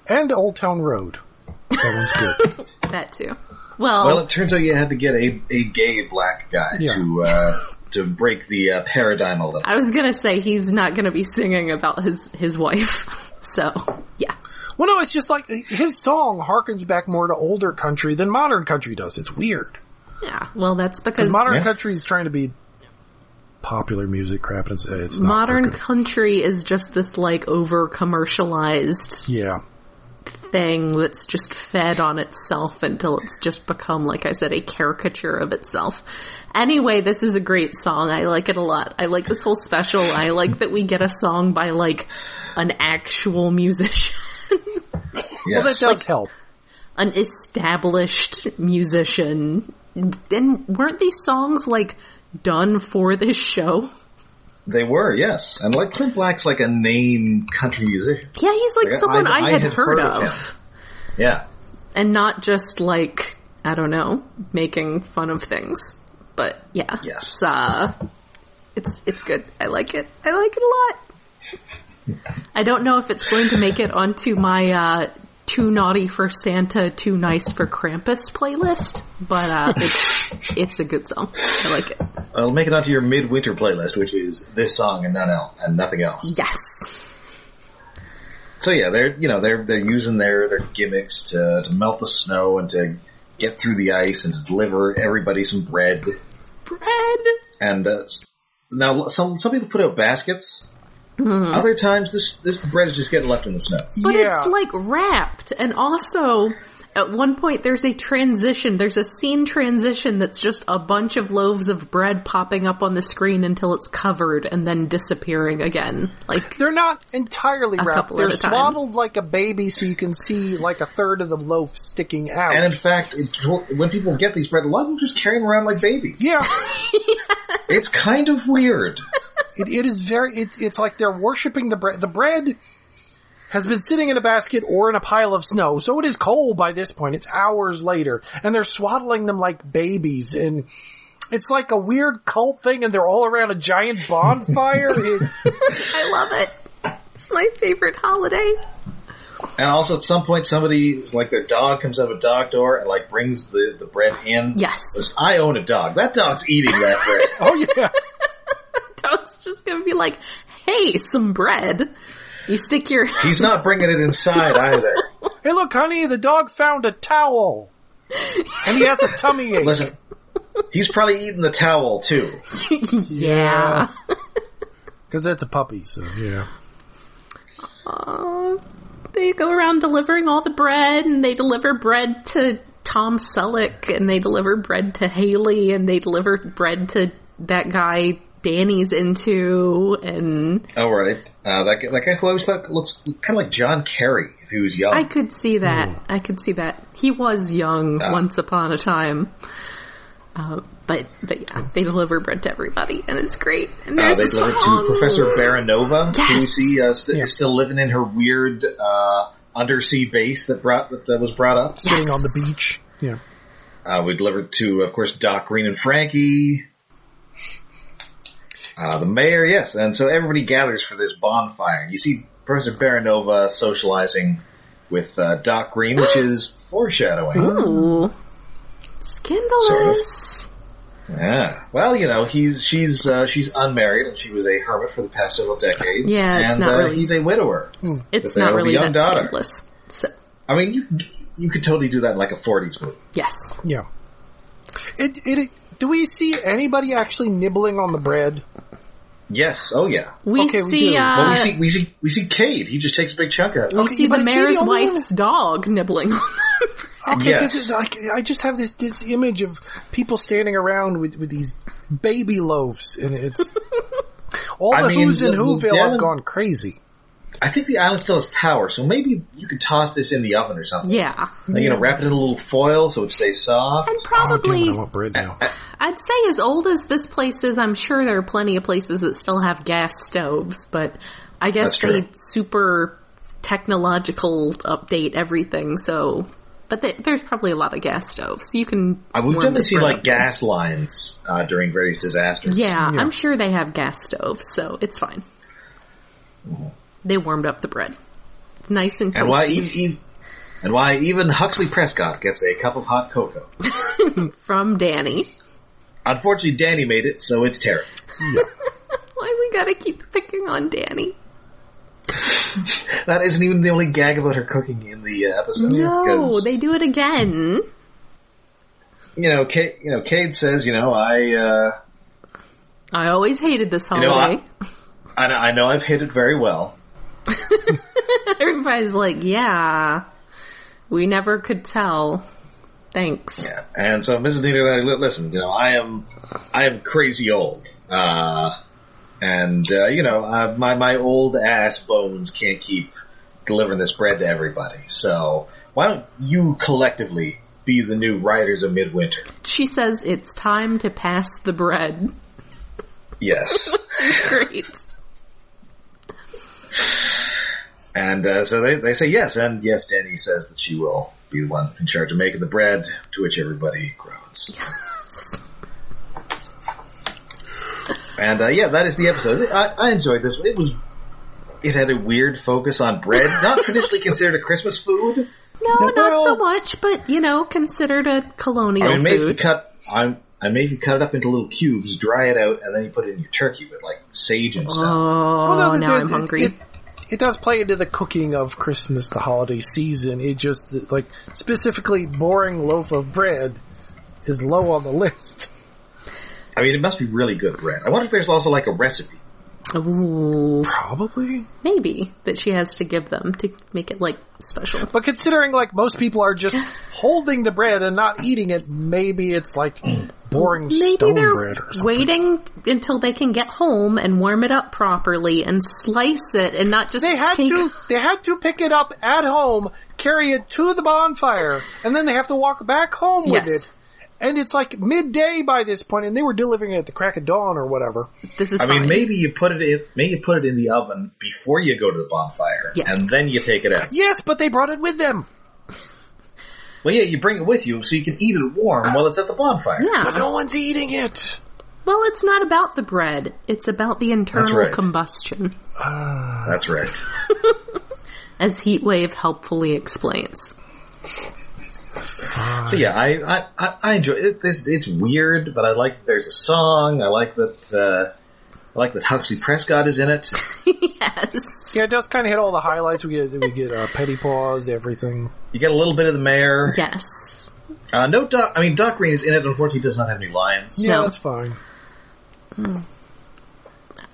And Old Town Road. That one's good. That too. Well, Well, it turns out you had to get a, a gay black guy Yeah. to uh, to break the uh, paradigm a little. I was gonna say he's not gonna be singing about his his wife. So yeah. well, no, it's just like his song harkens back more to older country than modern country does. It's weird. Yeah, well, that's because 'Cause modern Yeah. country is trying to be popular music crap, and it's, it's not modern working. country is just this like over commercialized yeah. thing that's just fed on itself until it's just become, like I said, a caricature of itself. Anyway, this is a great song. I like it a lot. I like this whole special. I like that we get a song by like an actual musician, Yes. Well, that does help. an established musician. And weren't these songs like done for this show? They were, yes. And like Clint Black's like a name country musician. Yeah, he's like Yeah, someone I- I, I had had heard, heard of of. him. Yeah. and not just like I don't know, making fun of things. But yeah, Yes. it's, uh, it's it's good. I like it. I like it a lot. I don't know if it's going to make it onto my uh, too naughty for Santa, too nice for Krampus playlist, but uh, it's it's a good song. I like it. I'll make it onto your midwinter playlist, which is this song and none else and nothing else. Yes. So yeah, they're you know, they're they're using their, their gimmicks to, to melt the snow and to get through the ice and to deliver everybody some bread. Bread. And uh, s- now some some people put out baskets. Other times this this bread is just getting left in the snow. But yeah. it's like wrapped and also At one point, there's a transition. There's a scene transition that's just a bunch of loaves of bread popping up on the screen until it's covered and then disappearing again. Like, They're not entirely A wrapped. couple They're at a time. swaddled like a baby, so you can see like a third of the loaf sticking out. And in fact, it, when people get these bread, a lot of them just carry them around like babies. yeah, It's kind of weird. it, it is very. It's it's like they're worshiping the bread. The bread has been sitting in a basket or in a pile of snow, so it is cold by this point. It's hours later, and they're swaddling them like babies, and it's like a weird cult thing. And they're all around a giant bonfire. It- I love it. It's my favorite holiday. And also, at some point, somebody like their dog comes out of a dog door and like brings the the bread in. Yes. Listen, I own a dog. That dog's eating that bread. oh yeah. Dog's just gonna be like, hey, some bread. You stick your, He's not bringing it inside either. Hey, look, honey, the dog found a towel. And he has a tummy ache. Listen, he's probably eating the towel too. yeah. Because it's a puppy, so yeah. Uh, they go around delivering all the bread, and they deliver bread to Tom Selleck, and they deliver bread to Haley, and they deliver bread to that guy Danny's into, and All right, uh, that guy, that guy who I always thought looks kind of like John Kerry if he was young. Uh, I could see that. Hmm. I could see that. He was young Ah. once upon a time. Uh, but but yeah, they deliver bread to everybody, and it's great. And Uh, there's they a delivered to song. Professor Baranova, who we Yes. see uh, st- Yeah. is still living in her weird uh, undersea base that brought that uh, was brought up. Sitting on the beach. Yeah. Uh, we delivered to, of course, Doc Green and Frankie, uh, the mayor. Yes, and so everybody gathers for this bonfire. You see Professor Baranova socializing with uh, Doc Green, which is foreshadowing. Ooh. Scandalous. Yeah. Well, you know, he's she's uh, she's unmarried and she was a hermit for the past several decades. Yeah, it's and not uh, really- Hmm. he's a widower. It's They not have a really young that daughter. scandalous. So, I mean, you you could totally do that in like a '40s movie. yes. Yeah. It, it, do we see anybody actually nibbling on the bread? Yes. Oh yeah. We Okay, we see, do. uh, Well, we see we see we see Cade. He just takes a big chunk out. we Okay, see but the is he mayor's the only one- wife's dog nibbling on the bread. Okay, 'cause Yes. it's like, I just have this, this image of people standing around with, with these baby loaves, and it's. All I the mean, who's in the- Whoville the- have gone crazy. I think the island still has power, so maybe you could toss this in the oven or something. Yeah. Then, you know, wrap it in a little foil so it stays soft. And Oh, damn probably, it, I want bread now. I'd say as old as this place is, I'm sure there are plenty of places that still have gas stoves, but I guess That's they true. super technological update everything, so. But they, there's probably a lot of gas stoves. You can. I would warm Uh, definitely the see bread like up. gas lines uh, during various disasters. Yeah, Yeah. I'm sure they have gas stoves, so it's fine. They warmed up the bread. Nice and Mm-hmm. and why toasty. e- e- and why even Huxley Prescott gets a cup of hot cocoa. from Danny. Unfortunately, Danny made it, so it's terrible. Why we gotta keep picking on Danny? That isn't even the only gag about her cooking in the uh, episode. No, 'cause, they do it again. you know, Cade, you know, Cade says, you know, I. Uh, I always hated this know, I- holiday. I, know- I know I've hit it very well. Everybody's like, yeah, we never could tell. Thanks. Yeah. And so Mrs. Dieter, like, "Li- listen, you know, I am, I am crazy old. Uh, and, uh, you know, uh, my, my old ass bones can't keep delivering this bread to everybody. So why don't you collectively be the new Riders of Midwinter? She says it's time to pass the bread. Yes. It's great. and, uh, so they, they say yes. And yes, Danny says that she will be the one in charge of making the bread to which everybody groans. And uh, yeah, that is the episode. I, I enjoyed this. It was it had a weird focus on bread, not traditionally considered a Christmas food. No, not so Well- much, but you know, considered a colonial I mean, maybe you food. cut. I I maybe cut it up into little cubes, dry it out, and then you put it in your turkey with like sage and stuff. Oh, Well, no, now it- I'm it- hungry. It, it does play into the cooking of Christmas, the holiday season. It just like specifically boring loaf of bread is low on the list. I mean, it must be really good bread. I wonder if there's also like a recipe. Ooh, Probably. maybe that she has to give them to make it like special. But considering like most people are just holding the bread and not eating it, maybe it's like boring Maybe stone they're bread or something. waiting until they can get home and warm it up properly and slice it and not just They had take to they had to pick it up at home, carry it to the bonfire, and then they have to walk back home Yes. with it. And it's like midday by this point, and they were delivering it at the crack of dawn or whatever. this is I fine. mean, maybe you put it in, maybe you put it in the oven before you go to the bonfire, Yes. and then you take it out. Yes, but they brought it with them. Well, yeah, you bring it with you so you can eat it warm while it's at the bonfire. But yeah. no one's eating it. Well, it's not about the bread. It's about the internal right. combustion, That's right. as Heatwave helpfully explains. So yeah, I I, I, I enjoy it. It's, it's weird, but I like. There's a song. I like that. Uh, I like that Huxley Prescott is in it. yes. Yeah, it does kind of hit all the highlights. We get we get uh, petty paws, everything. You get a little bit of the mayor. Yes. Uh, no, Doc. I mean, Doc Green is in it. Unfortunately, he does not have any lines. Yeah, No. that's fine. Yeah,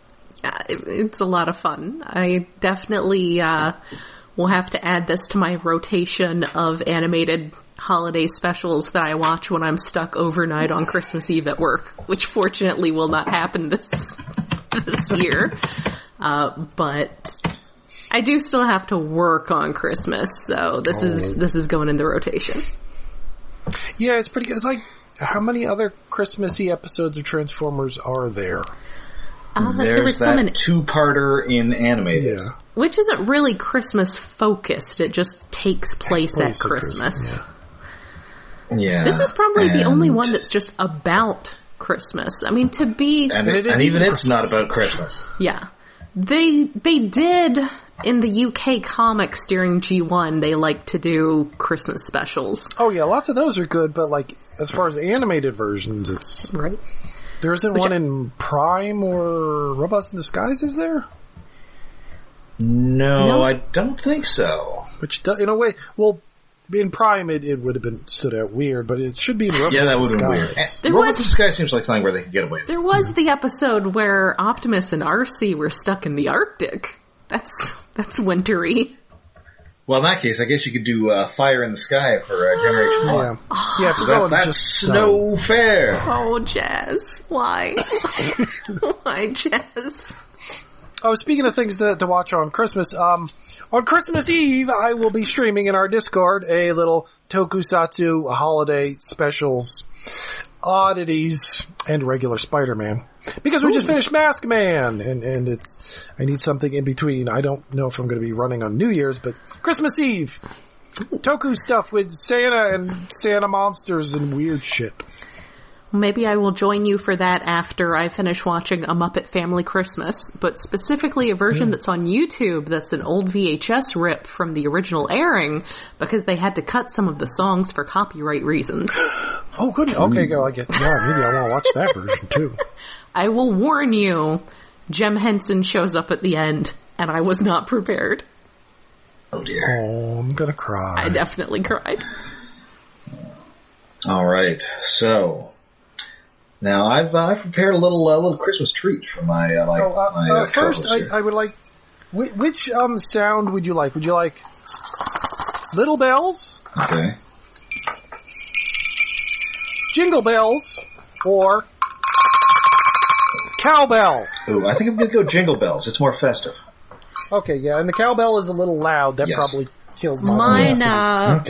uh, it- it's a lot of fun. I definitely uh, will have to add this to my rotation of animated holiday specials that I watch when I'm stuck overnight on Christmas Eve at work, which fortunately will not happen this this year. Uh, but I do still have to work on Christmas, so this is this is going in the rotation. Yeah, it's pretty good. It's like how many other Christmassy episodes of Transformers are there? Uh, there There's was some in that two-parter in animated. Yeah, which isn't really Christmas focused. It just takes place, at Place at Christmas. Yeah. This is probably the only And- one that's just about Christmas. I mean, to be And, And it is and even even it's not about Christmas. yeah, they they did in the UK comics during G one. They like to do Christmas specials, Oh yeah, lots of those are good, but like as far as animated versions, it's right? there isn't one in Prime or Robots in Disguise, is there? No, No. I don't think so. Which do, in a way, well, in Prime it, it would have been stood out weird, but it should be in Robots Yeah, that in would have been Disguise. weird. There Robots was- in Disguise seems like something where they can get away with it. There was the episode where Optimus and RC were stuck in the Arctic. That's that's wintry. Well, in that case, I guess you could do uh, Fire in the Sky for uh, Generation 1. Oh, Yeah, yeah, if you're That- going to that's just no fair. Oh, Jazz, why? why, Jazz? Oh, speaking of things to, to watch on Christmas, um, on Christmas Eve, I will be streaming in our Discord a little tokusatsu holiday specials, oddities, and regular Spider-Man. Because we just finished Mask Man, and, and it's, I need something in between. I don't know if I'm going to be running on New Year's, but Christmas Eve, toku stuff with Santa and Santa monsters and weird shit. Maybe I will join you for that after I finish watching A Muppet Family Christmas, but specifically a Hmm. version that's on YouTube that's an old VHS rip from the original airing because they had to cut some of the songs for copyright reasons. Oh, goodness. Okay, go. I get, yeah, maybe I want to watch that version too. I will warn you, Jem Henson shows up at the end, and I was not prepared. Oh, dear. Oh, I'm going to cry. I definitely cried. Oh. All right, so... Now I've uh, I've prepared a little uh, little Christmas treat for my uh, my, Oh, uh, my uh, uh, first, co-host here. I, I would like which, which um sound would you like? Would you like little bells, okay. jingle bells, or cowbell? Ooh, I think I'm gonna go Jingle Bells. It's more festive. Okay, yeah, and the cowbell is a little loud. That Yes. probably killed my Mine, audacity.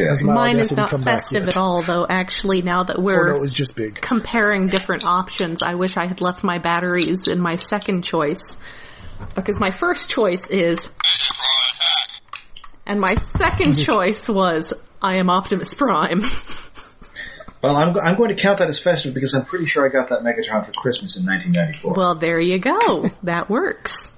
uh, Okay. my mine is audacity not come back festive yet. at all, though, actually, now that Oh, we're no, it was just big. comparing different options, I wish I had left my batteries in my second choice because my first choice is and my second choice was I am Optimus Prime. Well, I'm, I'm going to count that as festive because I'm pretty sure I got that Megatron for Christmas in 1994. well, there you go. That works.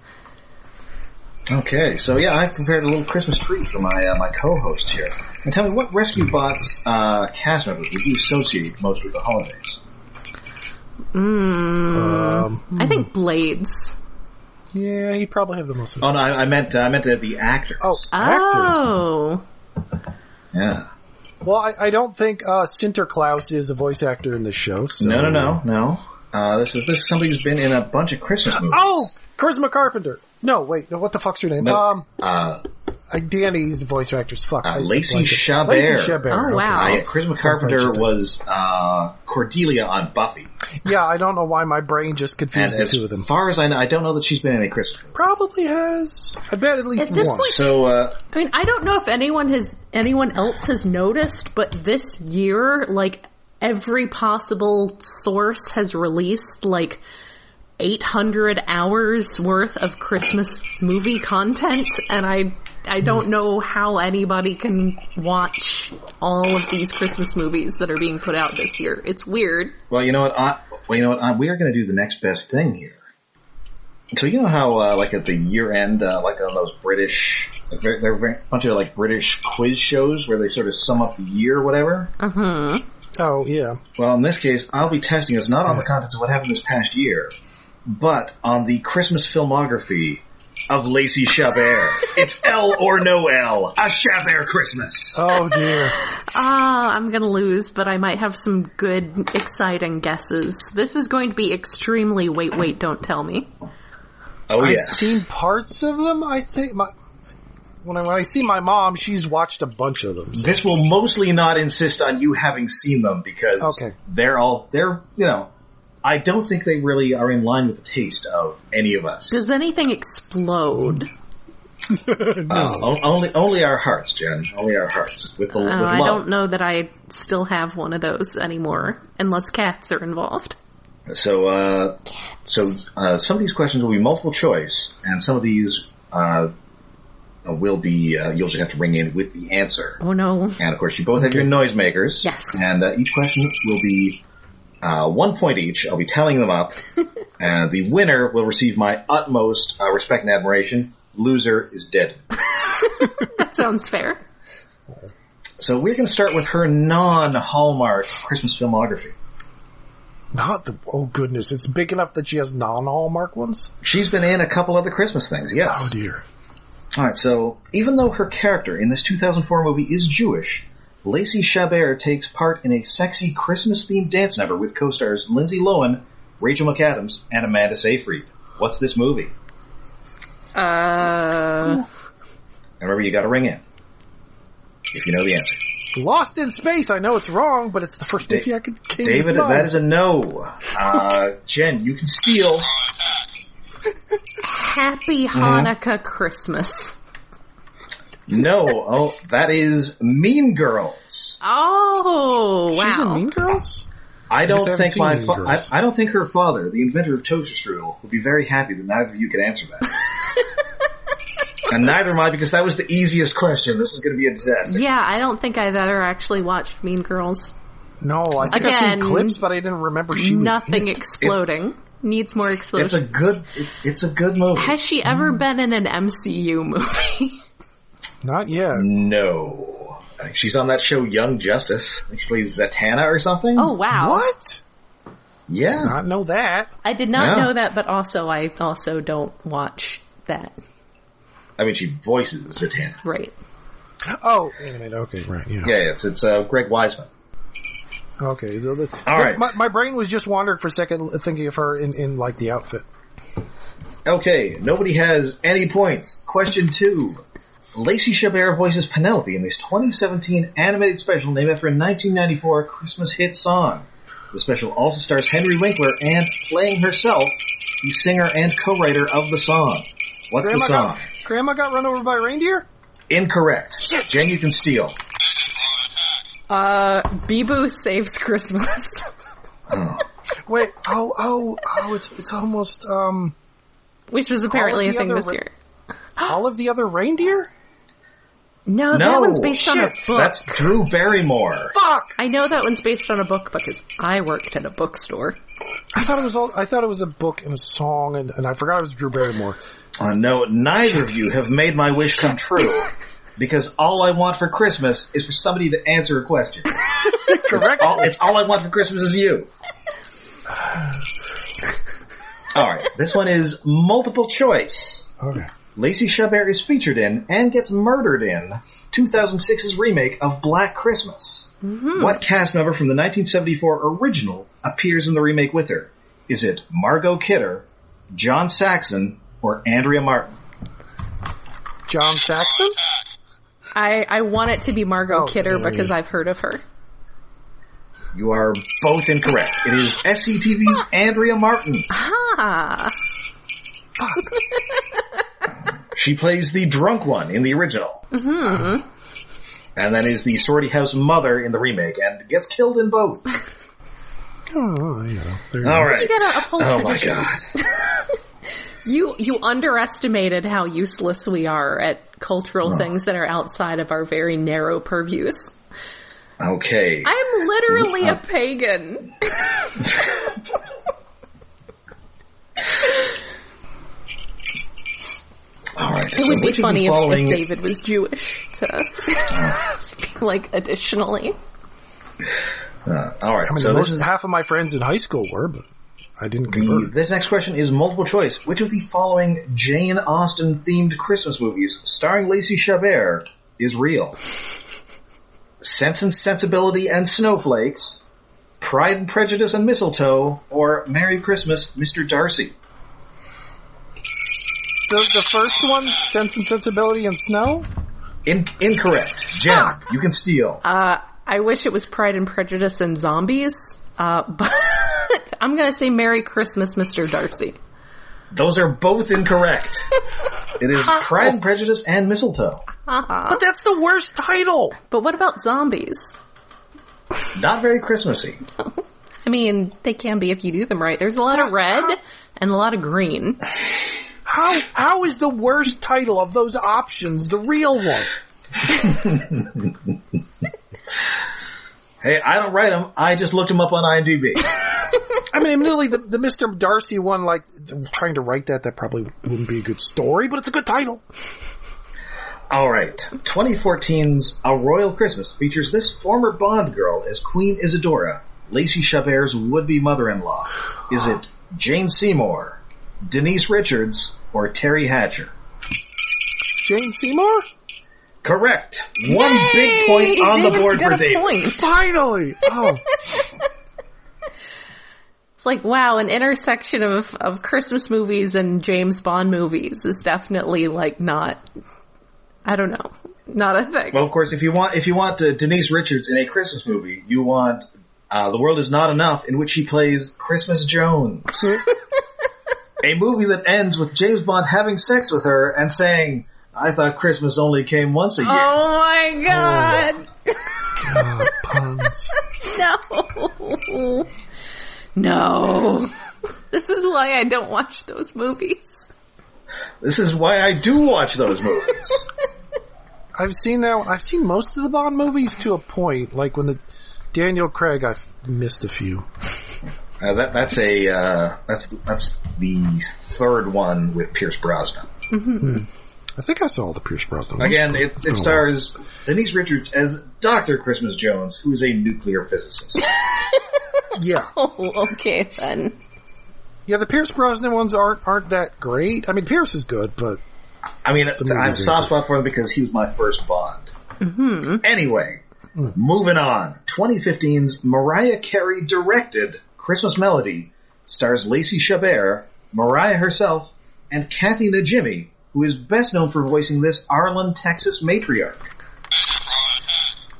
Okay, so yeah, I've prepared a little Christmas treat for my uh, my co-host here. And tell me, what Rescue Bots uh, cast members would you associate most with the holidays? Um, Mm. I think Blades. yeah, he probably have the most. Oh no, I, I meant I meant uh, the actors. Oh, actor. Oh. yeah. Well, I, I don't think uh, Sinterklaas is a voice actor in this show. So No, no, no, no. Uh, this is this is somebody who's been in a bunch of Christmas movies. Oh, Charisma Carpenter. No, wait. No, what the fuck's her name? No, Um, uh, I, Danny's voice actress. Fuck. Uh, I- Lacey like it. Chabert. Lacey Chabert. Oh, okay. wow. I, Charisma Carpenter French was uh, Cordelia on Buffy, Yeah, I don't know why my brain just and confused the as two of them. far as I know, I don't know that she's been in a Christmas. Movie. Probably has. I bet at least At this one. point- So uh, I mean, I don't know if anyone has anyone else has noticed, but this year, like every possible source has released like 800 hours worth of Christmas movie content, and I I don't know how anybody can watch all of these Christmas movies that are being put out this year. It's weird. Well, you know what? I, well, you know what? I, we are going to do the next best thing here. So you know how, uh, like at the year end, uh, like on those British, like, there there are a bunch of like British quiz shows where they sort of sum up the year or whatever. oh yeah. Well, in this case, I'll be testing us not on the contents of what happened this past year, but on the Christmas filmography of Lacey Chabert. it's L or no L, a Chabert Christmas. Oh dear. Ah, I'm gonna lose, but I might have some good, exciting guesses. This is going to be extremely wait, wait, don't tell me. Oh I've yes. seen parts of them. I think my when I, when I see my mom, she's watched a bunch of them. this will mostly not insist on you having seen them because Okay. they're all they're you know I don't think they really are in line with the taste of any of us. Does anything explode? Uh, o- only only our hearts, Jen. Only our hearts with the Oh, with love. I don't know that I still have one of those anymore, unless cats are involved. So uh, so uh, some of these questions will be multiple choice, and some of these uh, will be uh, you'll just have to ring in with the answer. Oh no. And of course, you both have your noisemakers. Yes. And uh, each question will be uh, one point each. I'll be tallying them up. and the winner will receive my utmost uh, respect and admiration. Loser is dead. That sounds fair. So we're going to start with her non-Hallmark Christmas filmography. Not the oh goodness, it's big enough that she has non Hallmark ones. She's been in a couple other Christmas things, yes. Oh dear. All right, so even though her character in this 2004 movie is Jewish, Lacey Chabert takes part in a sexy Christmas-themed dance number with co-stars Lindsay Lohan, Rachel McAdams, and Amanda Seyfried. What's this movie? Uh, And remember, you got to ring in if you know the answer. Lost in Space. I know it's wrong, but it's the first movie I could. came to David, mind. that is a no. Uh, Jen, you can steal. happy Mm-hmm. Hanukkah Christmas. No, oh, that is Mean Girls. Oh, wow. She's in Mean Girls. I don't haven't think seen my Mean fa- I, Girls. I don't think her father, the inventor of toaster strudel, would be very happy that neither of you could answer that. and neither am I because that was the easiest question. This is going to be a disaster. yeah, I don't think I've ever actually watched Mean Girls. No, I think I've Again, seen clips, but I didn't remember she was. in Nothing it. exploding. Needs more It's explosions. a good. it- it's a good movie. Has she Mm-hmm. ever been in an MCU movie? Not yet. No. She's on that show Young Justice. I think She plays Zatanna or something. oh wow. What? yeah. Not know that. I did not Yeah. know that, but also I also don't watch that. I mean, she voices Zatanna. Right. Oh, animated. Okay, right. Yeah. Yeah, it's it's uh, Greg Wiseman. Okay. The, the, All right. My, my brain was just wandered for a second, thinking of her in, in like the outfit. Okay, nobody has any points. Question two. Lacey Chabert voices Penelope in this 2017 animated special named after a 1994 Christmas hit song. The special also stars Henry Winkler and, playing herself, the singer and co-writer of the song. What's the Grandma song? got, Grandma got run over by reindeer. Incorrect. Jen, you can steal. Uh, Bebo saves Christmas. Oh. Wait. Oh, oh, oh! It's it's almost um Which was apparently a All of the thing other this re- year. all of the other reindeer. No, that No, one's based on a shit, book. That's Drew Barrymore. Fuck! I know that one's based on a book because I worked at a bookstore. I thought it was all. I thought it was a book and a song, and, and I forgot it was Drew Barrymore. Uh, no, neither of you have made my wish come true. Because all I want for Christmas is for somebody to answer a question. Correct. all, it's all I want for Christmas is you. All right, this one is multiple choice. Okay. Lacey Chabert is featured in and gets murdered in 2006's remake of Black Christmas. What cast member from the 1974 original appears in the remake with her? Is it Margot Kidder, John Saxon, or Andrea Martin? John Saxon? I, I want it to be Margot Oh, Kidder Danny. because I've heard of her. You are both incorrect. It is SCTV's Andrea Martin. Ah, She plays the drunk one in the original. Mm-hmm. And then is the sorority house mother in the remake and gets killed in both. Oh, you know. there you All go. right. gotta uphold oh my god. traditions. you you underestimated how useless we are at cultural things that are outside of our very narrow purviews. Okay. I'm literally a pagan. All right. It would be funny if, following... if David was Jewish to speak like additionally. Uh, all right. I mean, so most this is half of my friends in high school were, but I didn't the, convert. this next question is multiple choice. Which of the following Jane Austen themed Christmas movies starring Lacey Chabert is real? Sense and Sensibility and Snowflakes, Pride and Prejudice and Mistletoe, or Merry Christmas, Mr. Darcy? The, the first one, Sense and Sensibility and Snow? In- incorrect. Jen, you can steal. Uh, I wish it was Pride and Prejudice and zombies, uh, but I'm gonna say Merry Christmas, Mr. Darcy. Those are both incorrect. it is Pride and Prejudice and Mistletoe. But that's the worst title! But what about zombies? Not very Christmassy. I mean, they can be if you do them right. There's a lot of red and a lot of green. How, how is the worst title of those options the real one? Hey, I don't write them. I just looked them up on IMDb. I mean, admittedly, the, the Mr. Darcy one, like, trying to write that, that probably wouldn't be a good story, but it's a good title. All right. 2014's A Royal Christmas features this former Bond girl as Queen Isadora, Lacey Chabert's would-be mother-in-law. Is it Jane Seymour, Denise Richards, or Terry Hatcher? Jane Seymour? Correct. One big point on the David's board got for a David. point. Finally! Oh, It's like, wow, an intersection of, of Christmas movies and James Bond movies is definitely like not, I don't know, not a thing. Well, of course, if you want, if you want uh, Denise Richards in a Christmas movie, you want uh, "The World Is Not Enough," in which she plays Christmas Jones, a movie that ends with James Bond having sex with her and saying, "I thought Christmas only came once a year." oh my god! Oh. No! No. This is why I don't watch those movies. This is why I do watch those movies. I've seen that. One. I've seen most of the Bond movies to a point. Like when the Daniel Craig, I've missed a few. uh, that, that's a uh, that's that's the third one with Pierce Brosnan. I think I saw all the Pierce Brosnan. ones, Oh, Again, but it, been it a stars Denise Richards as Doctor Christmas Jones, who is a nuclear physicist. while. Yeah, Oh, okay then. yeah. The Pierce Brosnan ones aren't aren't that great. I mean, Pierce is good, but I mean, movie I have a soft spot for him because he was my first Bond. Mm-hmm. Anyway, moving on. 2015's Mariah Carey directed Christmas Melody stars Lacey Chabert, Mariah herself, and Kathy Najimy, who is best known for voicing this Arlen, Texas matriarch.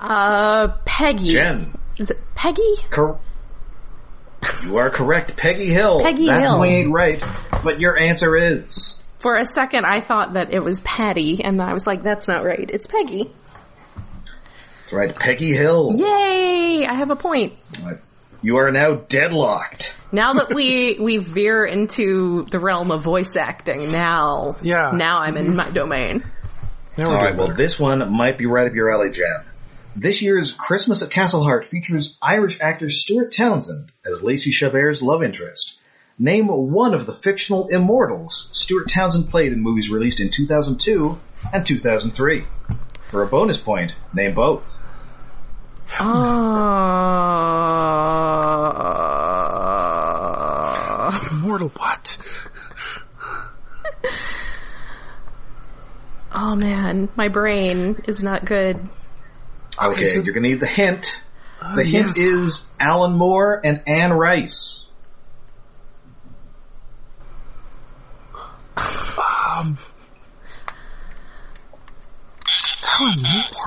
Uh, Peggy. Jen, Is it Peggy? cor- you are correct. Peggy Hill. Peggy that Hill. point ain't right, but your answer is. For a second, I thought that it was Patty, and I was like, that's not right. It's Peggy. That's right, Peggy Hill. Yay! I have a point. You are now deadlocked. Now that we, we veer into the realm of voice acting, now, Yeah. now I'm in my domain. now we're All right, doing well, better. this one might be right up your alley, Jen. This year's Christmas at Castle Heart features Irish actor Stuart Townsend as Lacey Chabert's love interest. Name one of the fictional immortals Stuart Townsend played in movies released in 2002 and 2003. For a bonus point, name both. Oh. Immortal what? oh man, my brain is not good. Okay, so- Ah, you're going to need the hint. The hint yes. is Alan Moore and Anne Rice.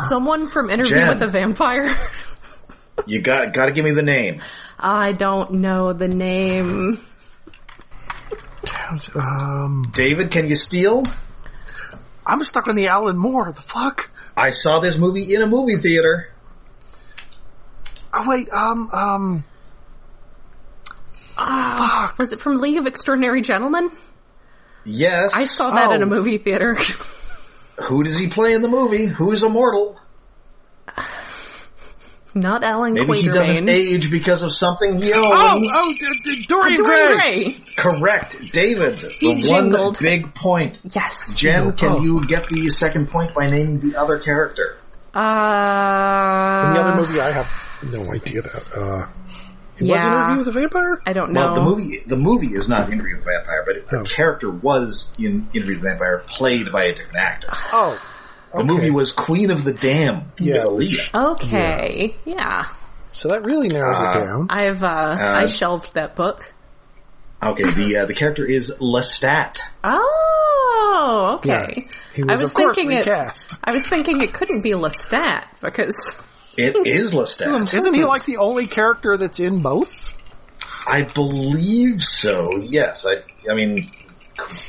Someone from Interview Jen. with a Vampire. You got got to give me the name. I don't know the name. Towns- Um, David, can you steal? I'm stuck on the Alan Moore. The fuck? I saw this movie in a movie theater. Oh wait, um, um, Was it from League of Extraordinary Gentlemen? Yes. I saw that in a Oh. movie theater. Who does he play in the movie? Who is immortal? Not Alan Maybe he doesn't Quatermain. uh, Ah, age because of something he owns. oh, oh, d- d- Dorian, Gray. Dorian Gray. Correct, David. He the one jingled. big point. Yes. Jen, can Oh. you get the second point by naming the other character? Uh, The other movie, I have no idea that. Uh, it was Yeah. Interview with a Vampire. I don't know. Well, the movie the movie is not Interview with the Vampire, but the Oh. character was in Interview with the Vampire, played by a different actor. Oh, The movie was Queen of the Damned. Yeah. with Aaliyah. Okay. Yeah. so that really narrows Uh, it down. I've uh, I Uh, shelved that book. Okay. The uh, the character is Lestat. Oh, okay. He I was, was of course, thinking it- recast. I was thinking it couldn't be Lestat because It Hmm. is Lestat. Isn't he like the only character that's in both? I believe so. Yes. I I mean,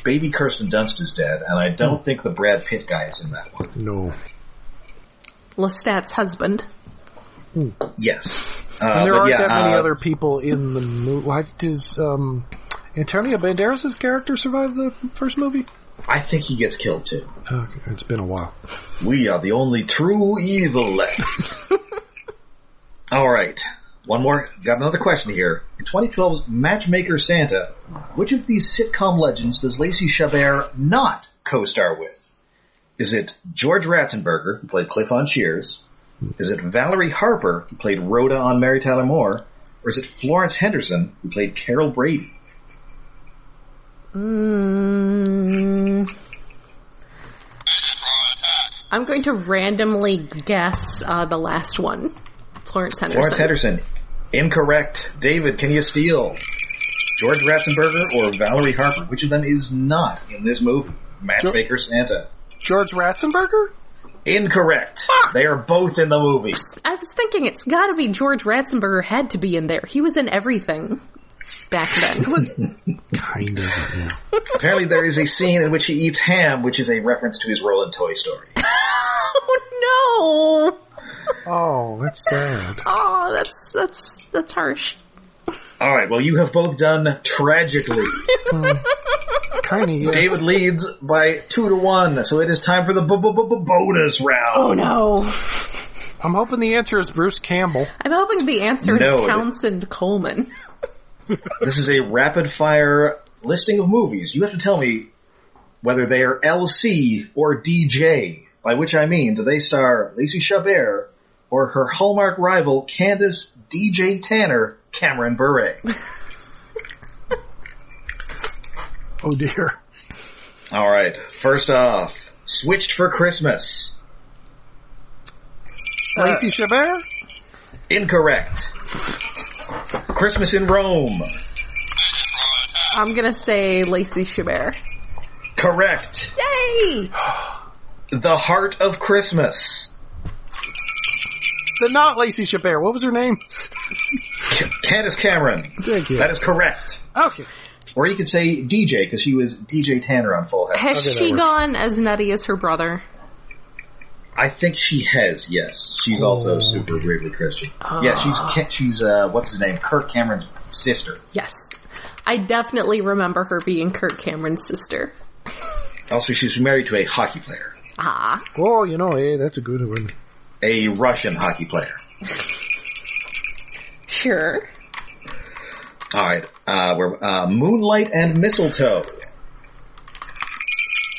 baby Kirsten Dunst is dead, and I don't think the Brad Pitt guy is in that one. No. Lestat's husband. Yes. Uh, And there but aren't yeah, that many uh, other people in the movie. Like, does um, Antonio Banderas' character survive the first movie? I think he gets killed too. Okay, Uh, it's been a while. We are the only true evil left. All right. One more. Got another question here. In 2012's Matchmaker Santa, which of these sitcom legends does Lacey Chabert not co-star with? Is it George Ratzenberger, who played Cliff on Cheers? Is it Valerie Harper, who played Rhoda on Mary Tyler Moore? Or is it Florence Henderson, who played Carol Brady? Mm. I'm going to randomly guess uh, the last one, Florence Henderson. Lawrence Henderson. Incorrect. David, can you steal? George Ratzenberger or Valerie Harper? Which of them is not in this movie? Matchmaker Santa. George Ratzenberger? Incorrect. They are both in the movie. I was thinking it's got to be George Ratzenberger had to be in there. He was in everything back then. Kind of. Yeah. Apparently, there is a scene in which he eats ham, which is a reference to his role in Toy Story. oh no! Oh, that's sad. Oh, that's that's that's harsh. All right. Well, you have both done tragically. Kind of. Yeah. David leads by two to one, so it is time for the bu- bu- bu- bu- bonus round. Oh no! I'm hoping the answer is Bruce Campbell. I'm hoping the answer No, is it- Townsend Coleman. This is a rapid fire listing of movies. You have to tell me whether they are LC or DJ, by which I mean do they star Lacey Chabert or her hallmark rival Candace DJ Tanner Cameron Bure. Oh dear. All right, first off, Switched for Christmas. Lacey Chabert? Incorrect. Christmas in Rome. I'm gonna say Lacey Chabert. Correct. Yay! The Heart of Christmas. The not Lacey Chabert. What was her name? C- Candace Cameron. Thank you. That is correct. Okay. Or you could say DJ because she was DJ Tanner on Full House. Has Okay, that she works. gone as nutty as her brother? I think she has. Yes, she's also super weirdly Christian. Yeah, she's Ca- she's uh, what's his name? Kirk Cameron's sister. Yes. I definitely remember her being Kirk Cameron's sister. Also, she's married to a hockey player, Ah. Oh, you know, hey, that's a good one. a Russian hockey player. Sure. All right, uh, we're uh, Moonlight and Mistletoe.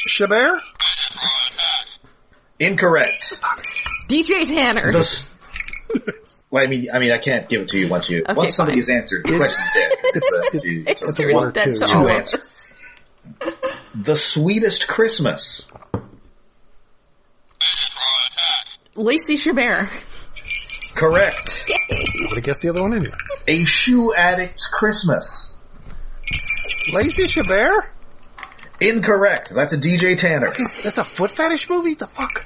Chabert? Incorrect. DJ Tanner. The s- well, I mean, I mean, I can't give it to you once you once somebody fine. has answered the question's dead. It's, a- it's a- It's it's a a one or dead two. to Two all of answers. us. the sweetest Christmas. Lacey Chabert. Correct. Would have guessed the other one anyway. A shoe addict's Christmas. Lacey Chabert? Incorrect. That's a DJ Tanner. That's a foot fetish movie? The fuck?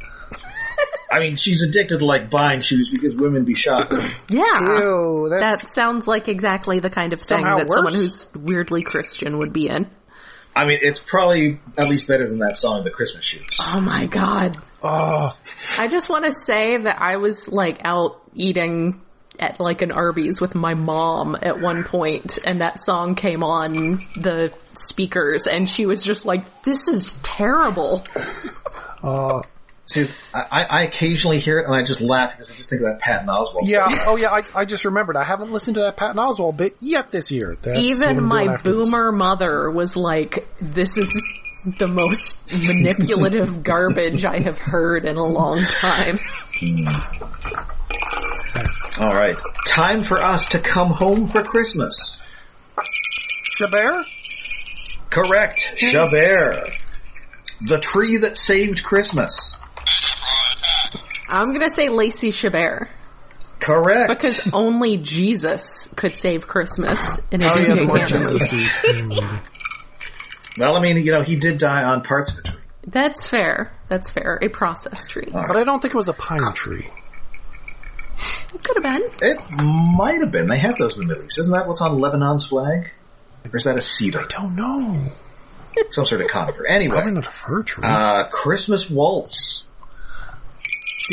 I mean, she's addicted to like buying shoes because women be shopping. Yeah. Ew, that's That sounds like exactly the kind of thing Somehow that someone worse. who's weirdly Christian would be in. I mean, it's probably at least better than that song, The Christmas Shoes. Oh my god. oh, I just want to say that I was like out eating at like an Arby's with my mom at one point and that song came on the speakers and she was just like, this is terrible. oh, See, I, I occasionally hear it and I just laugh because I just think of that Patton Oswalt. yeah, oh yeah. I, I just remembered. I haven't listened to that Patton Oswald bit yet this year. That's what I'm Even doing my after this. boomer mother was like, this is the most manipulative garbage I have heard in a long time. All right, time for us to come home for Christmas. Jabert. Correct, Javert. The tree that saved Christmas. I'm gonna say Lacey Chabert. Correct. Because only Jesus could save Christmas in a Oh yeah, the DJ Lord Tanner movie. Jesus. Mm. well, I mean, you know, he did die on parts of a tree. That's fair. That's fair. A process tree. Uh, but I don't think it was a pine tree. It could have been. It might have been. They have those in the Middle East. Isn't that what's on Lebanon's flag? Or is that a cedar? Don't know. Some sort of conifer. Probably Anyway, not a fir tree. uh, Christmas waltz.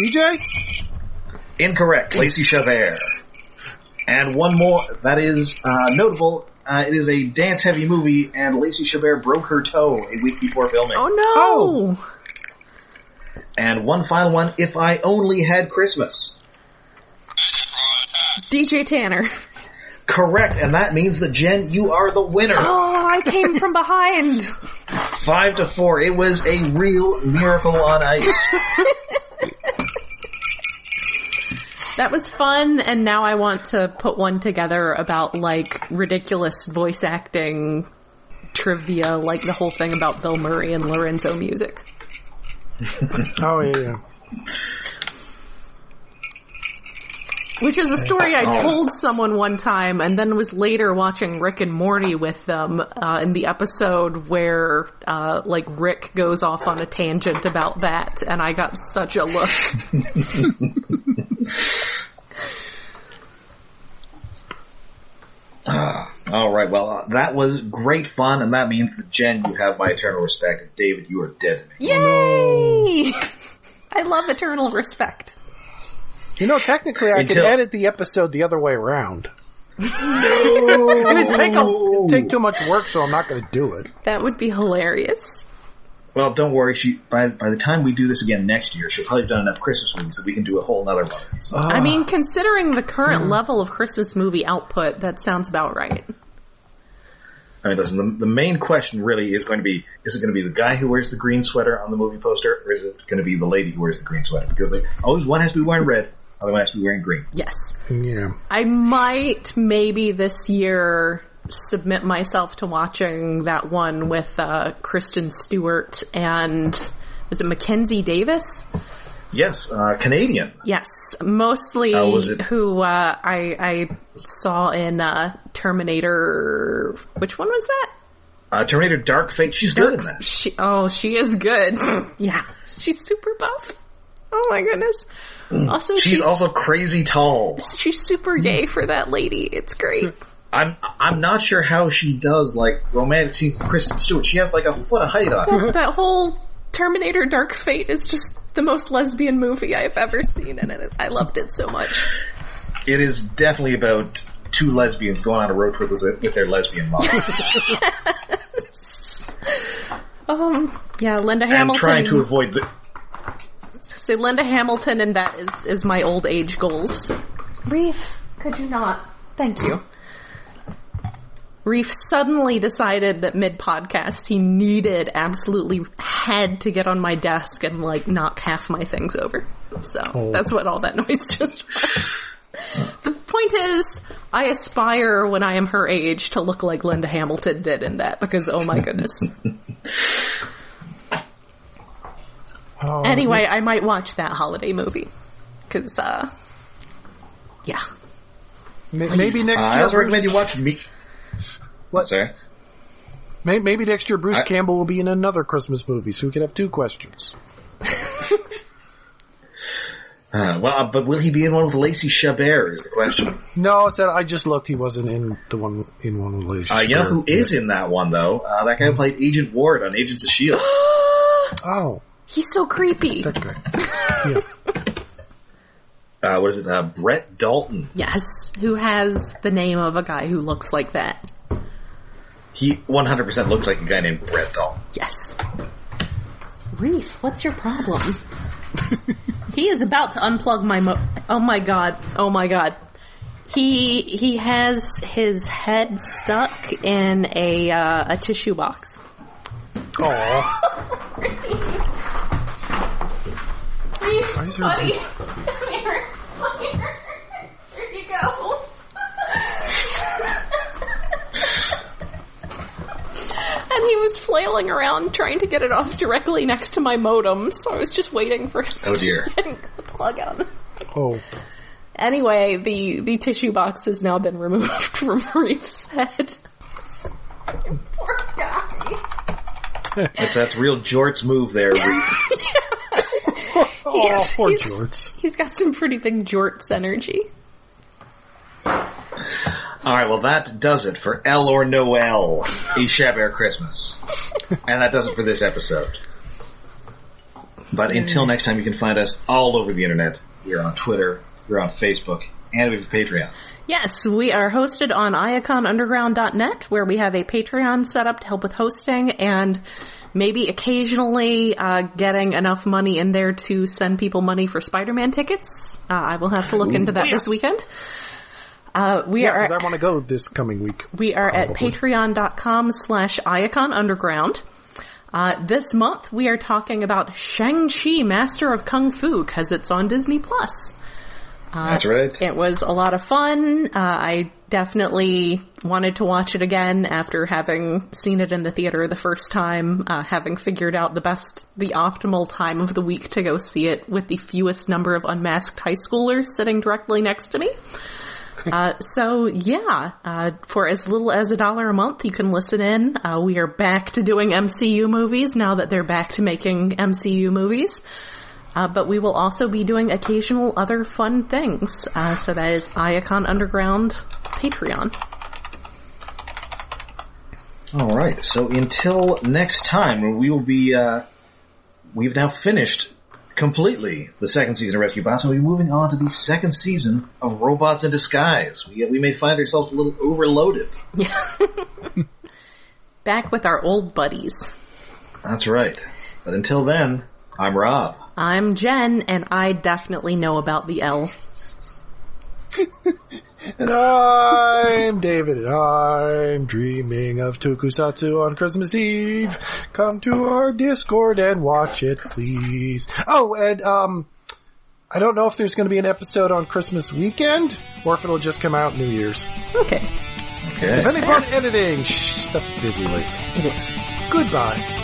DJ. Incorrect. Lacey Chabert. And one more that is uh, notable. Uh, it is a dance-heavy movie, and Lacey Chabert broke her toe a week before filming. Oh no! And one final one: If I only had Christmas. DJ Tanner. Correct, and that means that Jen, you are the winner. Oh, I came from behind. Five to four. It was a real miracle on ice. That was fun, and now I want to put one together about like ridiculous voice acting trivia, like the whole thing about Bill Murray and Lorenzo music. Oh yeah, yeah. Which is a story I Oh. told someone one time, and then was later watching Rick and Morty with them uh, in the episode where, uh, like, Rick goes off on a tangent about that, and I got such a look. All right. Well, uh, that was great fun, and that means that Jen, you have my eternal respect. And David, you are dead to me. Yay! I love eternal respect. You know, technically, I could Until- edit the episode the other way around. and it'd take, a, it'd take too much work, so I'm not going to do it. That would be hilarious. Well, don't worry. She by by the time we do this again next year, she'll probably have done enough Christmas movies that we can do a whole nother one. of these. Uh, I mean, considering the current level of Christmas movie output, that sounds about right. I mean, listen. The, the main question really is going to be: Is it going to be the guy who wears the green sweater on the movie poster, or is it going to be the lady who wears the green sweater? Because they, always one has to be wearing red, other one has to be wearing green. Yes. Yeah. I might maybe this year submit myself to watching that one with uh, Kristen Stewart and was it Mackenzie Davis? Yes, uh, Canadian. Yes, mostly How was it? who uh, I I saw in uh, Terminator. Which one was that? Uh, Terminator Dark Fate. She's good in that. She oh, she is good. yeah, she's super buff. Oh my goodness. Also, Mm. She's also crazy tall. she's super gay for that lady. It's great. I'm I'm not sure how she does like romantic scenes with Kristen Stewart. She has like a foot of height on. her. that whole Terminator Dark Fate is just the most lesbian movie I've ever seen, and it, I loved it so much. It is definitely about two lesbians going on a road trip with, with their lesbian mom Um, yeah, Linda and Hamilton. trying to avoid the. say Linda Hamilton, and that is is my old age goals. Reef, could you not? Thank you. Reef suddenly decided that mid podcast he needed absolutely had to get on my desk and like knock half my things over. So that's what all that noise just was. The point is, I aspire when I am her age to look like Linda Hamilton did in that because oh my goodness. Oh, anyway, I might watch that holiday movie because, uh, yeah, m- maybe next I year. also recommend Bruce- you watch me. What? Sorry. May- Maybe next year Bruce I- Campbell will be in another Christmas movie, so we could have two questions. Uh, well, uh, but will he be in one with Lacey Chabert is the question. No, I said I just looked. He wasn't in the one in one relationship. Uh, you know who is in that one though? Uh, that guy who played Agent Ward on Agents of Shield. Oh, He's so creepy. that guy. Uh, what is it? Uh, Brett Dalton. Yes, who has the name of a guy who looks like that? He 100% looks like a guy named Brett Dalton. Yes. Reef, what's your problem? he is about to unplug my mo- Oh my god. Oh my god. He he has his head stuck in a uh, a tissue box. Aw. Why is there a- Buddy, come here. Come here. Here you go. And he was flailing around trying to get it off directly next to my modem, so I was just waiting for him Oh dear. to plug on. Oh, Anyway, the, the tissue box has now been removed from Reef's head. Poor guy. That's, that's real Jort's move there. Reed. oh, poor he's- George. He's got some pretty big jorts energy. All right, well that does it for El or Noel, a Chabert Christmas, and that does it for this episode. But until next time, you can find us all over the internet. We're on Twitter, we're on Facebook, and we have a Patreon. Yes, we are hosted on iaconunderground.net where we have a Patreon set up to help with hosting and maybe occasionally uh, getting enough money in there to send people money for Spider-Man tickets. Uh, I will have to look into that this weekend. Uh, we Yeah, are 'cause I want to go this coming week. We are at patreon.com slash iacon underground. Uh, this month we are talking about Shang-Chi, Master of Kung Fu, because it's on Disney Plus. That's right. It was a lot of fun. Uh, I definitely wanted to watch it again after having seen it in the theater the first time, uh, having figured out the best, the optimal time of the week to go see it with the fewest number of unmasked high schoolers sitting directly next to me. Uh, so yeah, uh, for as little as a dollar a month, you can listen in. Uh, we are back to doing MCU movies now that they're back to making MCU movies. Uh, but we will also be doing occasional other fun things. Uh, so that is Iacon Underground Patreon. All right. So until next time, we will be. Uh, we've now finished completely the second season of Rescue Bots, and we'll be moving on to the second season of Robots in Disguise. We we may find ourselves a little overloaded. Back with our old buddies. That's right. But until then, I'm Rob. I'm Jen, and I definitely know about the L. And I'm David. and I'm dreaming of Tokusatsu on Christmas Eve. Come to our Discord and watch it, please. Oh, and um, I don't know if there's going to be an episode on Christmas weekend or if it'll just come out New Year's. Okay. Okay. Depending upon editing, Shh, stuff's busy lately. It is. Goodbye.